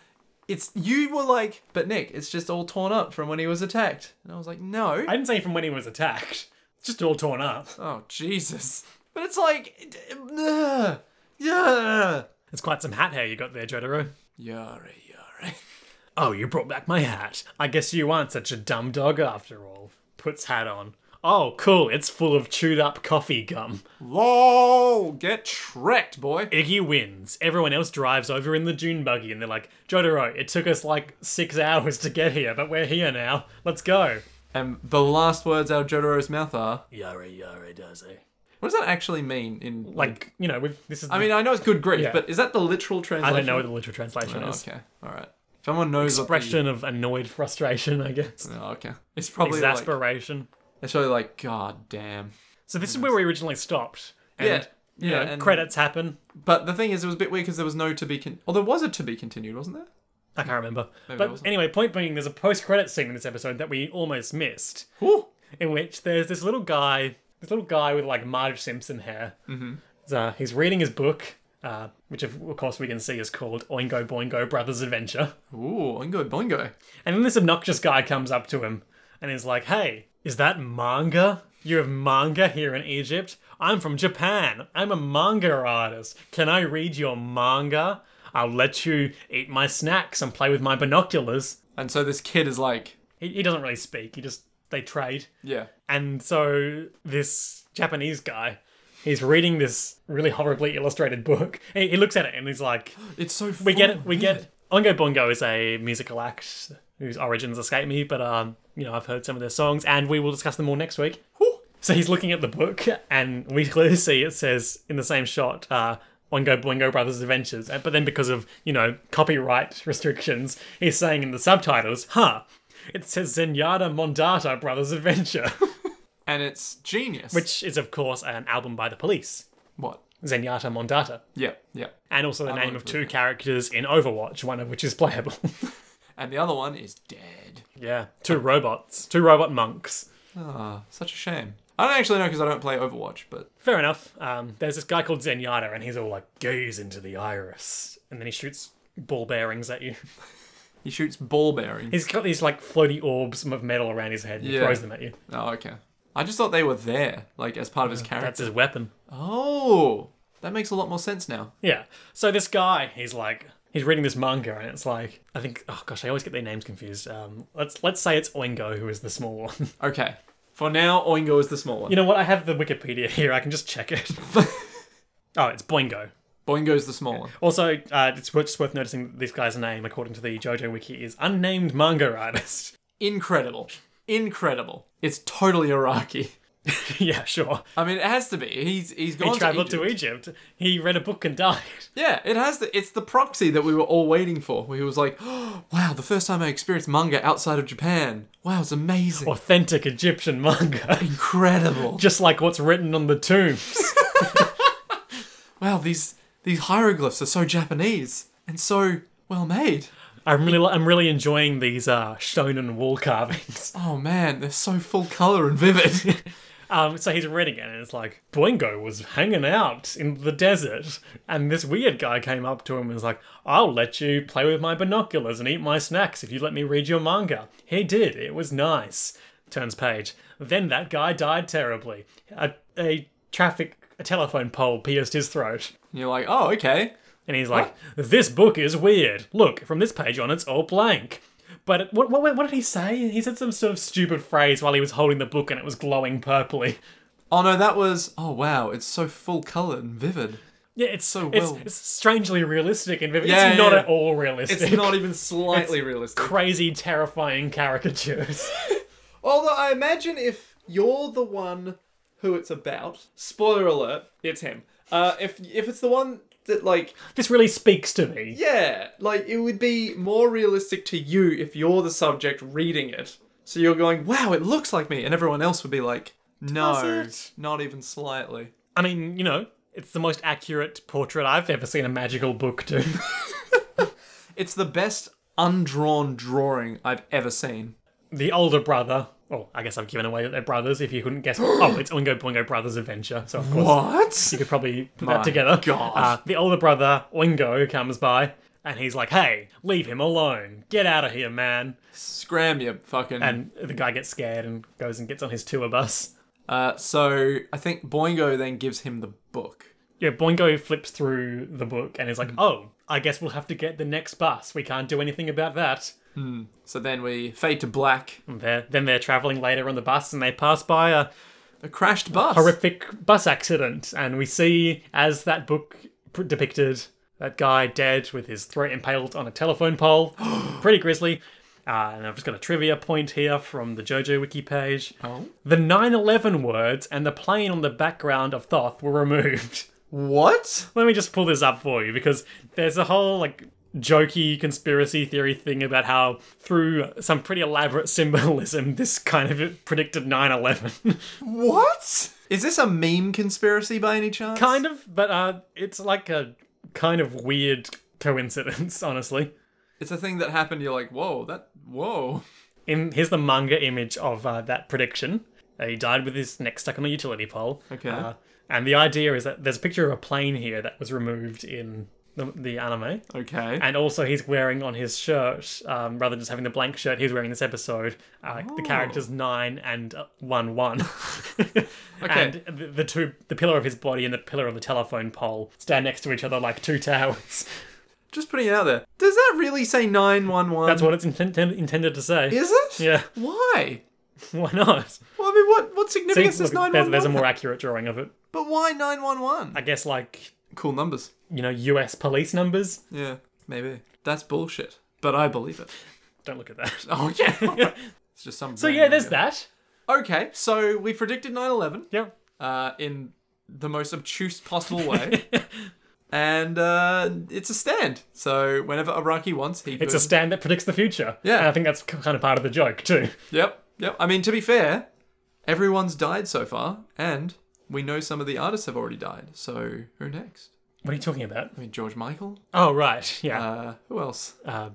B: it's you were like, but Nick, it's just all torn up from when he was attacked. And I was like, no.
A: I didn't say from when he was attacked. It's Just all torn up.
B: oh Jesus. But it's like, yeah, yeah,
A: It's quite some hat hair you got there, Jotaro.
B: yare yare.
A: Oh, you brought back my hat. I guess you aren't such a dumb dog after all. Puts hat on. Oh, cool. It's full of chewed up coffee gum.
B: Lol, get tricked, boy.
A: Iggy wins. Everyone else drives over in the dune buggy and they're like, Jotaro, it took us like six hours to get here, but we're here now. Let's go.
B: And the last words out of Jotaro's mouth are,
A: Yara yara does it.
B: what does that actually mean in
A: Like, you know, we've, this is.
B: I mean, I know it's good grief,
A: Yeah.
B: but is that the literal
A: I
B: translation?
A: don't know what the literal translation
B: Oh,
A: is.
B: okay, all right. If someone knows
A: Expression of annoyed frustration, I guess.
B: what the, oh, okay, it's probably like,
A: Exasperation.
B: it's probably like, god damn.
A: so this is where we originally stopped. And,
B: Yeah,
A: You
B: yeah,
A: know,
B: and-
A: credits happen.
B: But the thing is, it was a bit weird because there was no to be. Con- oh, there was a to be continued, wasn't there?
A: I can't remember.
B: there
A: but
B: wasn't.
A: anyway, point being, there's a post credit scene in this episode that we almost missed.
B: Whew.
A: in which there's this little guy, this little guy with like Marge Simpson hair. Mm-hmm. Uh, he's reading his book, uh, which of of course we can see is called Oingo Boingo Brothers Adventure.
B: Ooh, oingo boingo.
A: And then this obnoxious guy comes up to him and is like, "Hey, is that manga? You have manga here in Egypt? I'm from Japan. I'm a manga artist. Can I read your manga? I'll let you eat my snacks and play with my binoculars."
B: And so this kid is like,
A: He, he doesn't really speak. He just they trade.
B: yeah,
A: And so this Japanese guy, he's reading this really horribly illustrated book. He, he looks at it and he's like,
B: it's so.
A: "We get it. We get it." Ongo Bongo is a musical act whose origins escape me, but um, you know, I've heard some of their songs, and we will discuss them all next week. So he's looking at the book, and we clearly see it says in the same shot, uh, Oingo Boingo Brothers Adventures. Uh, But then, because of, you know, copyright restrictions, he's saying in the subtitles, huh, it says Zenyatta Mondata Brothers Adventure.
B: And it's genius.
A: which is of course an album by the police
B: what?
A: zenyatta mondata
B: Yeah, yeah.
A: and also the name
B: won't
A: of
B: do
A: two characters in overwatch one of which is playable
B: And the other one is dead.
A: yeah two robots two robot monks
B: Ah, such a shame. I don't actually know because I don't play Overwatch, but
A: fair enough um, there's this guy called zenyatta and he's all like gaze into the iris and then he shoots ball bearings at you
B: he shoots ball bearings.
A: he's got these like floaty orbs of metal around his head and
B: Yeah.
A: he throws them at you
B: Oh, okay. I just thought they were there, like as part of his character.
A: that's his weapon
B: Oh, that makes a lot more sense now.
A: Yeah. So this guy, he's like, he's reading this manga, and it's like, I think, oh gosh, I always get their names confused. Um, let's let's say it's Oingo who is the small one.
B: Okay. For now, Oingo is the small one.
A: you know what? I have the Wikipedia here. I can just check it. oh, it's Boingo.
B: Boingo's the small one.
A: Also, uh, it's worth- just worth noticing that this guy's name, according to the JoJo wiki, is unnamed manga artist.
B: Incredible. Incredible. It's totally Iraqi.
A: yeah, sure.
B: I mean, it has to be. He's he's gone
A: He traveled
B: to Egypt.
A: to Egypt. He read a book and died.
B: Yeah, it has. The, it's the proxy that we were all waiting for. Where he was like, oh, "Wow, the first time I experienced manga outside of Japan. Wow, it's amazing,
A: Oh. Authentic Egyptian manga.
B: incredible.
A: Just like what's written on the tombs.
B: wow, these these hieroglyphs are so Japanese and so well made.
A: I'm really, I'm really enjoying these uh, shonen wall carvings.
B: Oh man, they're so full color and vivid.
A: Um, so he's reading it, and it's like Boingo was hanging out in the desert, and this weird guy came up to him and was like, "I'll let you play with my binoculars and eat my snacks if you let me read your manga." He did. It was nice. Turns page. Then that guy died terribly. A, a traffic, a telephone pole pierced his throat.
B: and you're like, oh okay.
A: And he's like, "This book is weird. Look, from this page on, it's all blank." But what, what, what did he say? He said some sort of stupid phrase while he was holding the book, and it was glowing purpley.
B: Oh no, that was. Oh wow, it's so full color and vivid.
A: Yeah, it's so
B: well-
A: It's, it's strangely realistic and vivid.
B: Yeah,
A: it's not
B: yeah.
A: at all realistic.
B: It's not even slightly realistic.
A: crazy, terrifying caricatures.
B: Although I imagine if you're the one who it's about, spoiler alert, it's him. Uh, if if it's the one that like
A: this really speaks to me.
B: yeah, like it would be more realistic to you if you're the subject reading it. So you're going, wow, it looks like me, and everyone else would be like, no,
A: Does
B: not even slightly.
A: I mean, you know, it's the most accurate portrait I've ever seen a magical book do.
B: It's the best undrawn drawing I've ever seen.
A: the older brother. Oh, I guess I've given away that they're brothers. If you couldn't guess, oh, it's Oingo Boingo Brothers Adventure. So of course
B: What?
A: you could probably put
B: My
A: that together.
B: God.
A: Uh, the older brother, Oingo, comes by and he's like, hey, leave him alone. Get out of here, man.
B: Scram you fucking.
A: And the guy gets scared and goes and gets on his tour bus.
B: uh, so I think Boingo then gives him the book.
A: Yeah, Boingo flips through the book and is like, oh, I guess we'll have to get the next bus. We can't do anything about that.
B: So then we fade to black.
A: And they're, then they're traveling later on the bus and they pass by a
B: A crashed bus.
A: horrific bus accident. And we see, as that book pr- depicted, that guy dead with his throat impaled on a telephone pole. Pretty grisly. Uh, and I've just got a trivia point here from the JoJo wiki page.
B: Oh.
A: The 9 11 words and the plane on the background of Thoth were removed.
B: What?
A: let me just pull this up for you because there's a whole like jokey conspiracy theory thing about how through some pretty elaborate symbolism this kind of predicted 9-11
B: What? Is this a meme conspiracy by any chance?
A: kind of but uh it's like a kind of weird coincidence honestly
B: It's a thing that happened. You're like, whoa, that, whoa.
A: in here's the manga image of uh, that prediction Uh, he died with his neck stuck on a utility pole
B: Okay.
A: Uh, and the idea is that there's a picture of a plane here that was removed in the, the anime
B: Okay.
A: And also, he's wearing on his shirt, um, rather than just having the blank shirt, he's wearing this episode uh, the characters
B: Oh.
A: nine and uh, one one. And the, the two, the pillar of his body and the pillar of the telephone pole, stand next to each other like two towers.
B: Just putting it out there. Does that really say 911?
A: That's what it's inten- intended to say.
B: Is it?
A: Yeah,
B: Why?
A: why not?
B: Well, I mean, what, what significance
A: Look, there's,
B: is 911?
A: there's a more accurate drawing of it.
B: But why 911?
A: I guess like
B: Cool numbers.
A: you know U.S. police numbers.
B: Yeah, maybe. That's bullshit. But I believe it.
A: Don't look at that.
B: Oh, yeah. it's just some.
A: So yeah, there's that.
B: Okay, so we predicted 911.
A: Yep.
B: uh, in the most obtuse possible way. and uh, it's a stand. So whenever Araki wants, he
A: It's a stand that predicts the future.
B: Yeah.
A: And I think that's kind of part of the joke too.
B: Yep, yep. I mean, to be fair, everyone's died so far, and we know some of the artists have already died. So who next?
A: What are you talking about?
B: I mean, George Michael.
A: Oh right, yeah.
B: Uh, who else?
A: uh,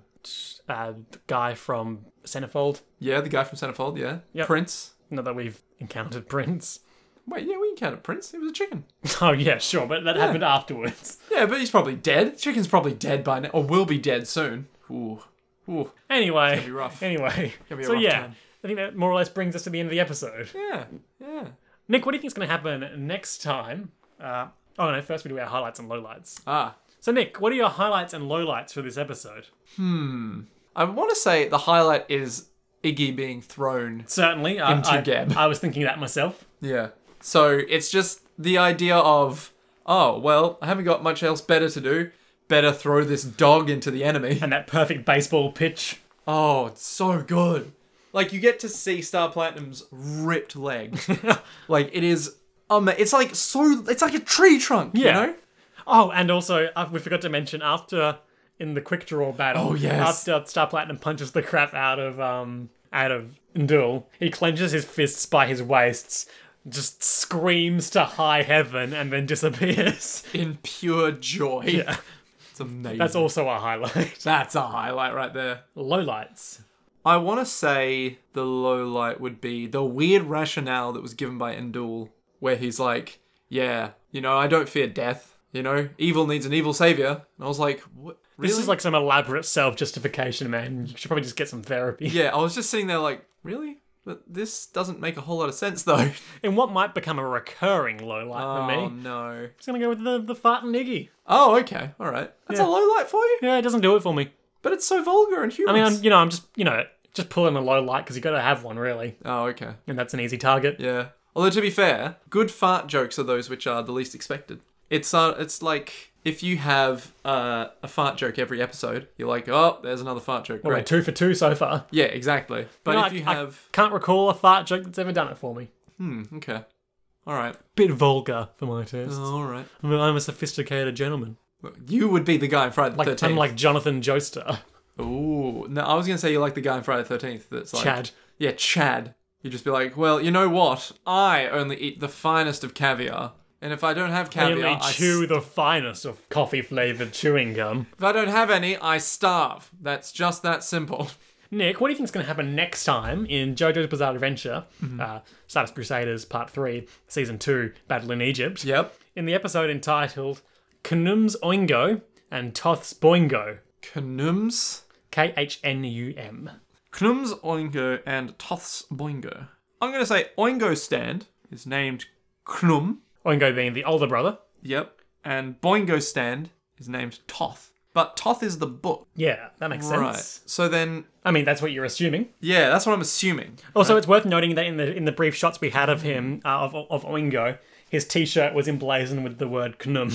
A: uh, the guy from Centerfold.
B: Yeah, the guy from Centerfold. Yeah,
A: Yep.
B: Prince.
A: Not that we've encountered Prince.
B: Wait, yeah, we can count it. Prince. He was a chicken.
A: Oh yeah, sure, but that happened afterwards.
B: Yeah, but he's probably dead. Chicken's probably dead by now, or will be dead soon. Ooh, ooh.
A: Anyway,
B: be rough.
A: anyway.
B: be a
A: so
B: rough
A: yeah,
B: time.
A: I think that more or less brings us to the end of the episode.
B: Yeah, yeah.
A: Nick, what do you think's going to happen next time? Uh, oh no, first we do our highlights and lowlights.
B: Ah,
A: So Nick, what are your highlights and lowlights for this episode?
B: I want to say the highlight is Iggy being thrown.
A: Certainly, I,
B: Into
A: I,
B: Gab.
A: I was thinking that myself.
B: Yeah. So it's just the idea of, oh, well, I haven't got much else better to do. Better throw this dog into the enemy.
A: And that perfect baseball pitch.
B: Oh, it's so good. Like you get to see Star Platinum's ripped leg. like it is um it's like so it's like a tree trunk, you
A: Yeah.
B: know?
A: Oh, and also uh, we forgot to mention after in the quick draw battle.
B: Oh, yes.
A: After Star Platinum punches the crap out of um out of Ndul, he clenches his fists by his waists, just screams to high heaven, and then disappears.
B: In pure joy.
A: Yeah.
B: It's amazing.
A: That's also a highlight.
B: That's a highlight right there.
A: Lowlights.
B: I want to say the low light would be the weird rationale that was given by Endul, where he's like, "Yeah, you know, I don't fear death. You know, evil needs an evil savior." And I was like, "What? Really?"
A: This is like some elaborate self justification, man. You should probably just get some therapy.
B: yeah. I was just sitting there like, "Really?" But this doesn't make a whole lot of sense, though.
A: In what might become a recurring lowlight for
B: Oh
A: me,
B: no.
A: just gonna go with the the fart and Iggy.
B: Oh, okay. All right. That's a
A: Yeah.
B: low light for you,
A: Yeah, it doesn't do it for me.
B: but it's so vulgar and
A: I
B: humorous.
A: mean, I'm, you know, I'm just you know just pulling a low light because you got to have one really,
B: oh, okay.
A: and that's an easy target.
B: Yeah. Although to be fair, good fart jokes are those which are the least expected. It's uh, it's like if you have uh, a fart joke every episode, you're like, oh, there's another fart joke.
A: We're
B: Great.
A: two for two so far.
B: Yeah, exactly. But
A: No,
B: if
A: I-
B: you
A: I
B: have,
A: can't recall a fart joke that's ever done it for me.
B: hmm, okay, all right,
A: Bit vulgar for my taste.
B: all right.
A: I mean, I'm a sophisticated gentleman,
B: Look, You would be the guy in Friday the
A: like
B: Thirteenth.
A: unlike Jonathan Joestar,
B: Ooh, no, I was gonna say you're like the guy in Friday the Thirteenth. That's like,
A: Chad.
B: Yeah, Chad. You'd just be like, well, you know what? I only eat the finest of caviar, and if I don't have caviar,
A: Really
B: I
A: chew the finest of coffee flavored chewing gum.
B: If I don't have any, I starve. That's just that simple.
A: Nick, what do you think's going to happen next time in JoJo's Bizarre Adventure, uh, Stardust Crusaders Part Three, Season Two, Battle in Egypt?
B: Yep.
A: in the episode entitled Knum's Oingo and Toth's Boingo.
B: Knums.
A: K H N U M.
B: Knums Oingo and Toth's Boingo. I'm going to say Oingo Stand is named Knum.
A: Oingo being the older brother.
B: Yep. And Boingo Stand is named Toth. But Toth is the book.
A: Yeah, that makes sense.
B: So then,
A: I mean, that's what you're assuming.
B: yeah, that's what I'm assuming.
A: Also, it's worth noting that in the in the brief shots we had of him uh, of of Oingo, his T-shirt was emblazoned with the word Knum.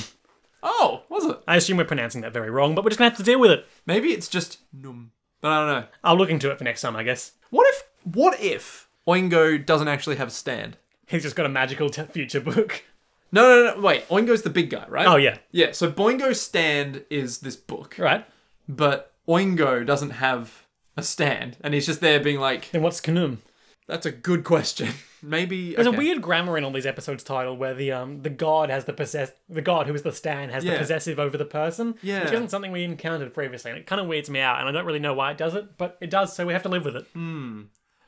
B: Oh, was it?
A: I assume we're pronouncing that very wrong, but we're just gonna have to deal with it.
B: Maybe it's just Num. But I don't know.
A: I'll look into it for next time, I guess.
B: What if, what if Oingo doesn't actually have a stand?
A: He's just got a magical t- future book.
B: No, no, no, wait. Oingo's the big guy, right?
A: Oh yeah,
B: Yeah, so Boingo Stand is this book.
A: right.
B: but Oingo doesn't have a stand, and he's just there being like,
A: Then what's Knum?
B: "That's a good question. Maybe
A: There's
B: okay.
A: a weird grammar in all these episodes title where the um the god has the possess the god who is the stan has
B: Yeah.
A: the possessive over the person.
B: Yeah.
A: Which isn't something we encountered previously, and it kinda weirds me out, and I don't really know why it does it, but it does, so we have to live with it.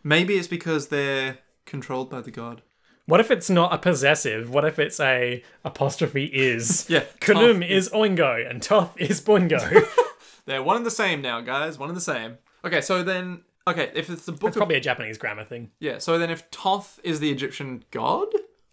B: Maybe it's because they're controlled by the god.
A: What if it's not a possessive? What if it's a apostrophe is?
B: Yeah,
A: Kunum
B: Toth
A: is Oingo and Toth is Boingo.
B: They're one and the same now, guys. One and the same. Okay, so then, okay, if it's the book, of,
A: Probably a Japanese grammar thing.
B: yeah. So then, if Toth is the Egyptian god,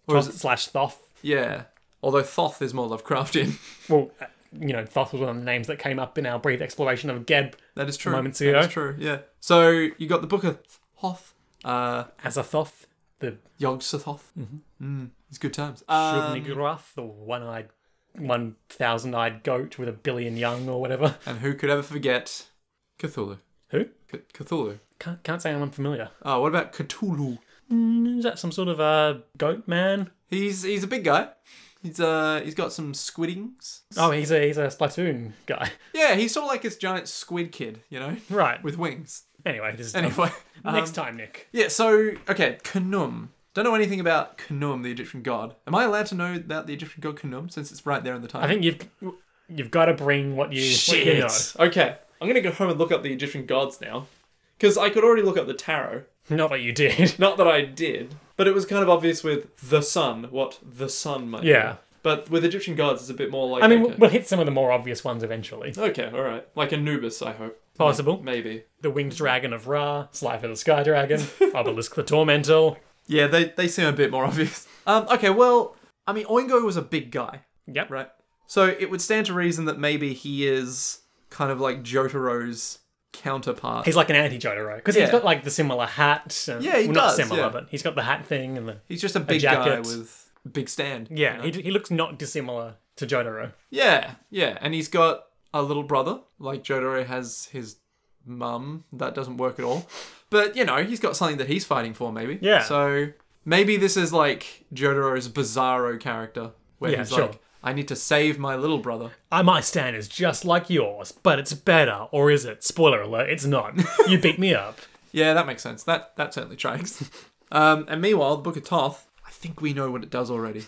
B: or is
A: Toth
B: it,
A: slash Thoth.
B: yeah. Although Thoth is more Lovecraftian.
A: Well, uh, you know, Thoth was one of the names that came up in our brief exploration of Geb
B: That is true.
A: Moments
B: That
A: ago.
B: is true. Yeah. So you got the book of Thoth, uh,
A: as a Thoth, the
B: Yog Sothoth. Mm-hmm. it's good times. Uh,
A: Shubnigrath, the one-eyed, one thousand-eyed goat with a billion young or whatever.
B: and who could ever forget Cthulhu?
A: Who?
B: C- Cthulhu.
A: Can't, can't say I'm unfamiliar.
B: Oh, what about Cthulhu?
A: Mm, Is that some sort of a uh, goat man?
B: He's he's a big guy. He's uh he's got some squiddings.
A: Oh, he's a he's a Splatoon guy,
B: Yeah, he's sort of like this giant squid kid, you know,
A: right?
B: with wings.
A: Anyway, this is
B: Anyway, um,
A: next time, Nick.
B: yeah. So okay, Khnum. Don't know anything about Khnum, the Egyptian god. Am I allowed to know about the Egyptian god Khnum since it's right there in the title?
A: I think you've you've got to bring what you what you know.
B: Okay, I'm gonna go home and look up the Egyptian gods now, because I could already look up the tarot.
A: Not that you did.
B: Not that I did, but it was kind of obvious with the sun what the sun might. be.
A: Yeah.
B: But with Egyptian gods, it's a bit more like.
A: I mean,
B: okay.
A: we'll hit some of the more obvious ones eventually.
B: Okay, all right. Like Anubis, I hope.
A: Possible.
B: Maybe.
A: The winged dragon of Ra, Slifer the Sky Dragon, Obelisk the Tormentor.
B: Yeah, they, they seem a bit more obvious. Um, okay, well, I mean, Oingo was a big guy,
A: Yep.
B: right? So it would stand to reason that maybe he is kind of like Jotaro's counterpart.
A: He's like an anti Jotaro because
B: Yeah.
A: he's got like the similar hat. And,
B: Yeah, he
A: well,
B: does,
A: Not similar,
B: yeah.
A: but he's got the hat thing and the
B: He's just a big guy
A: jacket.
B: with big stand.
A: yeah.
B: you know?
A: He, he looks not dissimilar to Jotaro.
B: yeah, yeah. And he's got a little brother, like Jotaro has his mum. That doesn't work at all. But you know, he's got something that he's fighting for, maybe.
A: Yeah.
B: So maybe this is like Jotaro's bizarro character, where
A: Yeah,
B: he's
A: sure.
B: like, "I need to save my little brother."
A: Uh, my stand is just like yours, but it's better, or is it? Spoiler alert, it's not. You beat me up.
B: Yeah, that makes sense. That that certainly tracks. um, and meanwhile, the Book of Toth. I think we know what it does already.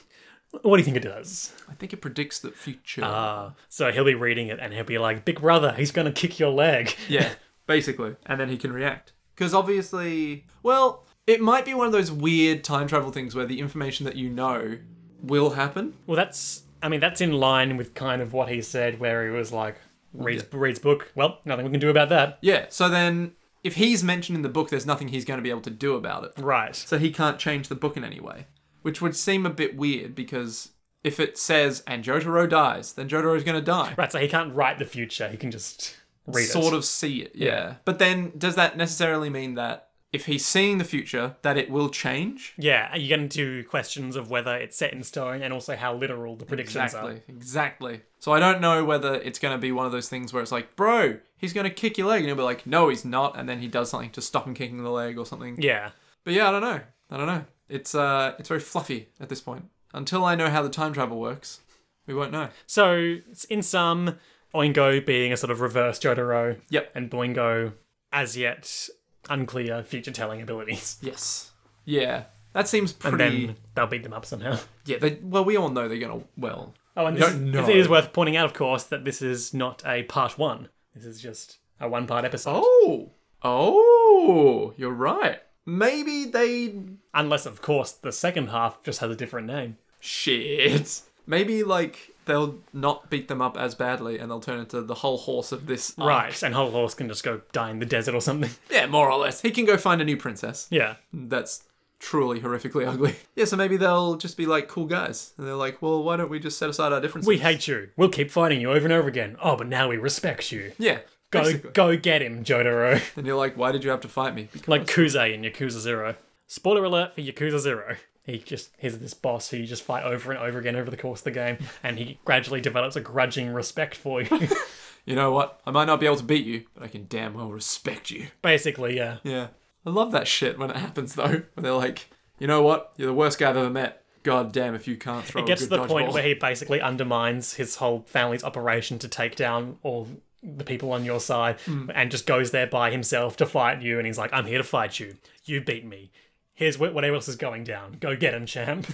A: What do you think it does?
B: I think it predicts the future.
A: Uh, so he'll be reading it and he'll be like, Big brother, he's gonna kick your leg.
B: Yeah, basically. And then he can react. Because obviously, well, it might be one of those weird time travel things where the information that you know will happen.
A: Well, that's, I mean, that's in line with kind of what he said, where he was like, reads, reads book. Well, nothing we can do about that.
B: Yeah, so then if he's mentioned in the book, there's nothing he's going to be able to do about it.
A: Right.
B: So he can't change the book in any way, which would seem a bit weird because if it says, and Jotaro dies, then Jotaro's going to die.
A: Right, so he can't write the future, he can just read it.
B: Sort of see it, yeah. But then does that necessarily mean that if he's seeing the future, that it will change?
A: Yeah, you get into questions of whether it's set in stone and also how literal the predictions are.
B: Exactly, exactly. So I don't know whether it's going to be one of those things where it's like, bro, he's going to kick your leg. And he'll be like, no, he's not. And then he does something to stop him kicking the leg or something.
A: Yeah.
B: But yeah, I don't know. I don't know. It's, uh, it's very fluffy at this point. Until I know how the time travel works, we won't know.
A: So, in sum, Oingo being a sort of reverse Jotaro.
B: Yep.
A: And Boingo, as yet unclear future telling abilities.
B: Yes. Yeah. That seems
A: And
B: pretty.
A: then they'll beat them up somehow.
B: yeah, they, well, we all know they're going to, well.
A: Oh, and
B: We
A: this
B: don't
A: is-
B: know.
A: it is worth pointing out, of course, that this is not a part one. This is just a one part episode.
B: Oh. Oh. You're right. Maybe they
A: Unless, of course, the second half just has a different name.
B: Shit. Maybe like they'll not beat them up as badly, and they'll turn into the whole horse of this. arc.
A: Right. And Whole Horse can just go die in the desert or something.
B: Yeah, more or less. He can go find a new princess.
A: Yeah.
B: That's truly horrifically ugly. Yeah. So maybe they'll just be like cool guys, and they're like, well, why don't we just set aside our differences?
A: We hate you. We'll keep fighting you over and over again. Oh, but now we respect you.
B: Yeah.
A: Go,
B: basically.
A: go get him, Jotaro.
B: And you're like, why did you have to fight me? Because-
A: like Kuze in Yakuza Zero. Spoiler alert for Yakuza Zero. He just he's this boss who you just fight over and over again over the course of the game, and he gradually develops a grudging respect for you.
B: you know what? I might not be able to beat you, but I can damn well respect you.
A: Basically, yeah.
B: Yeah. I love that shit when it happens though. When they're like, you know what? You're the worst guy I've ever met. God damn if you can't throw
A: It gets
B: a
A: to
B: good
A: the point
B: dodgeball."
A: where he basically undermines his whole family's operation to take down all the people on your side and just goes there by himself to fight you. And he's like, I'm here to fight you. You beat me. Here's wh- whatever else is going down. Go get him, champ.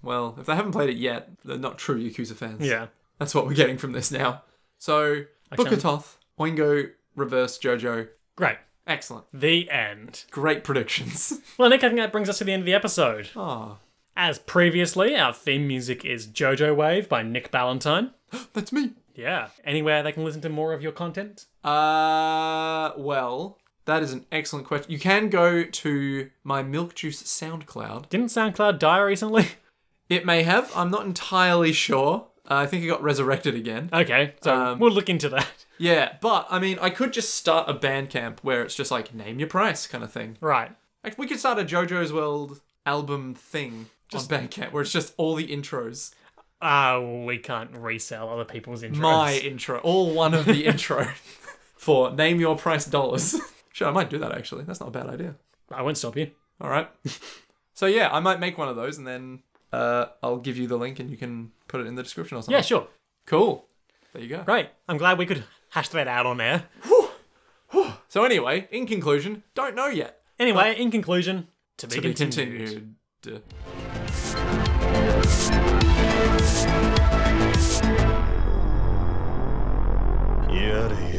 B: Well, if they haven't played it yet, they're not true Yakuza fans.
A: yeah.
B: That's what we're getting from this now. So, Book of Toth, Oingo, Reverse JoJo.
A: Great.
B: Excellent.
A: The end.
B: Great predictions.
A: Well, Nick, I think that brings us to the end of the episode.
B: Ah,
A: As previously, our theme music is JoJo Wave by Nick Ballantyne.
B: that's me.
A: Yeah. Anywhere they can listen to more of your content?
B: Uh, well, that is an excellent question. You can go to my Milk Juice SoundCloud.
A: Didn't SoundCloud die recently?
B: It may have. I'm not entirely sure. Uh, I think it got resurrected again.
A: Okay, so we'll look into that.
B: Yeah, but I mean, I could just start a Bandcamp where it's just like name your price kind of thing.
A: Right.
B: Like, We could start a JoJo's World album thing just on Bandcamp where it's just all the intros.
A: Uh, we can't resell other people's intros.
B: My intro, all one of the intro for name your price dollars. sure, I might do that actually. That's not a bad idea.
A: I won't stop you.
B: All right. so yeah, I might make one of those and then uh, I'll give you the link and you can put it in the description or something.
A: Yeah, sure.
B: Cool. There you go.
A: Great. I'm glad we could hash that out on air.
B: So anyway, in conclusion, don't know yet.
A: Anyway, in conclusion, to be,
B: To be
A: continued.
B: continued. Uh,
C: やれやれ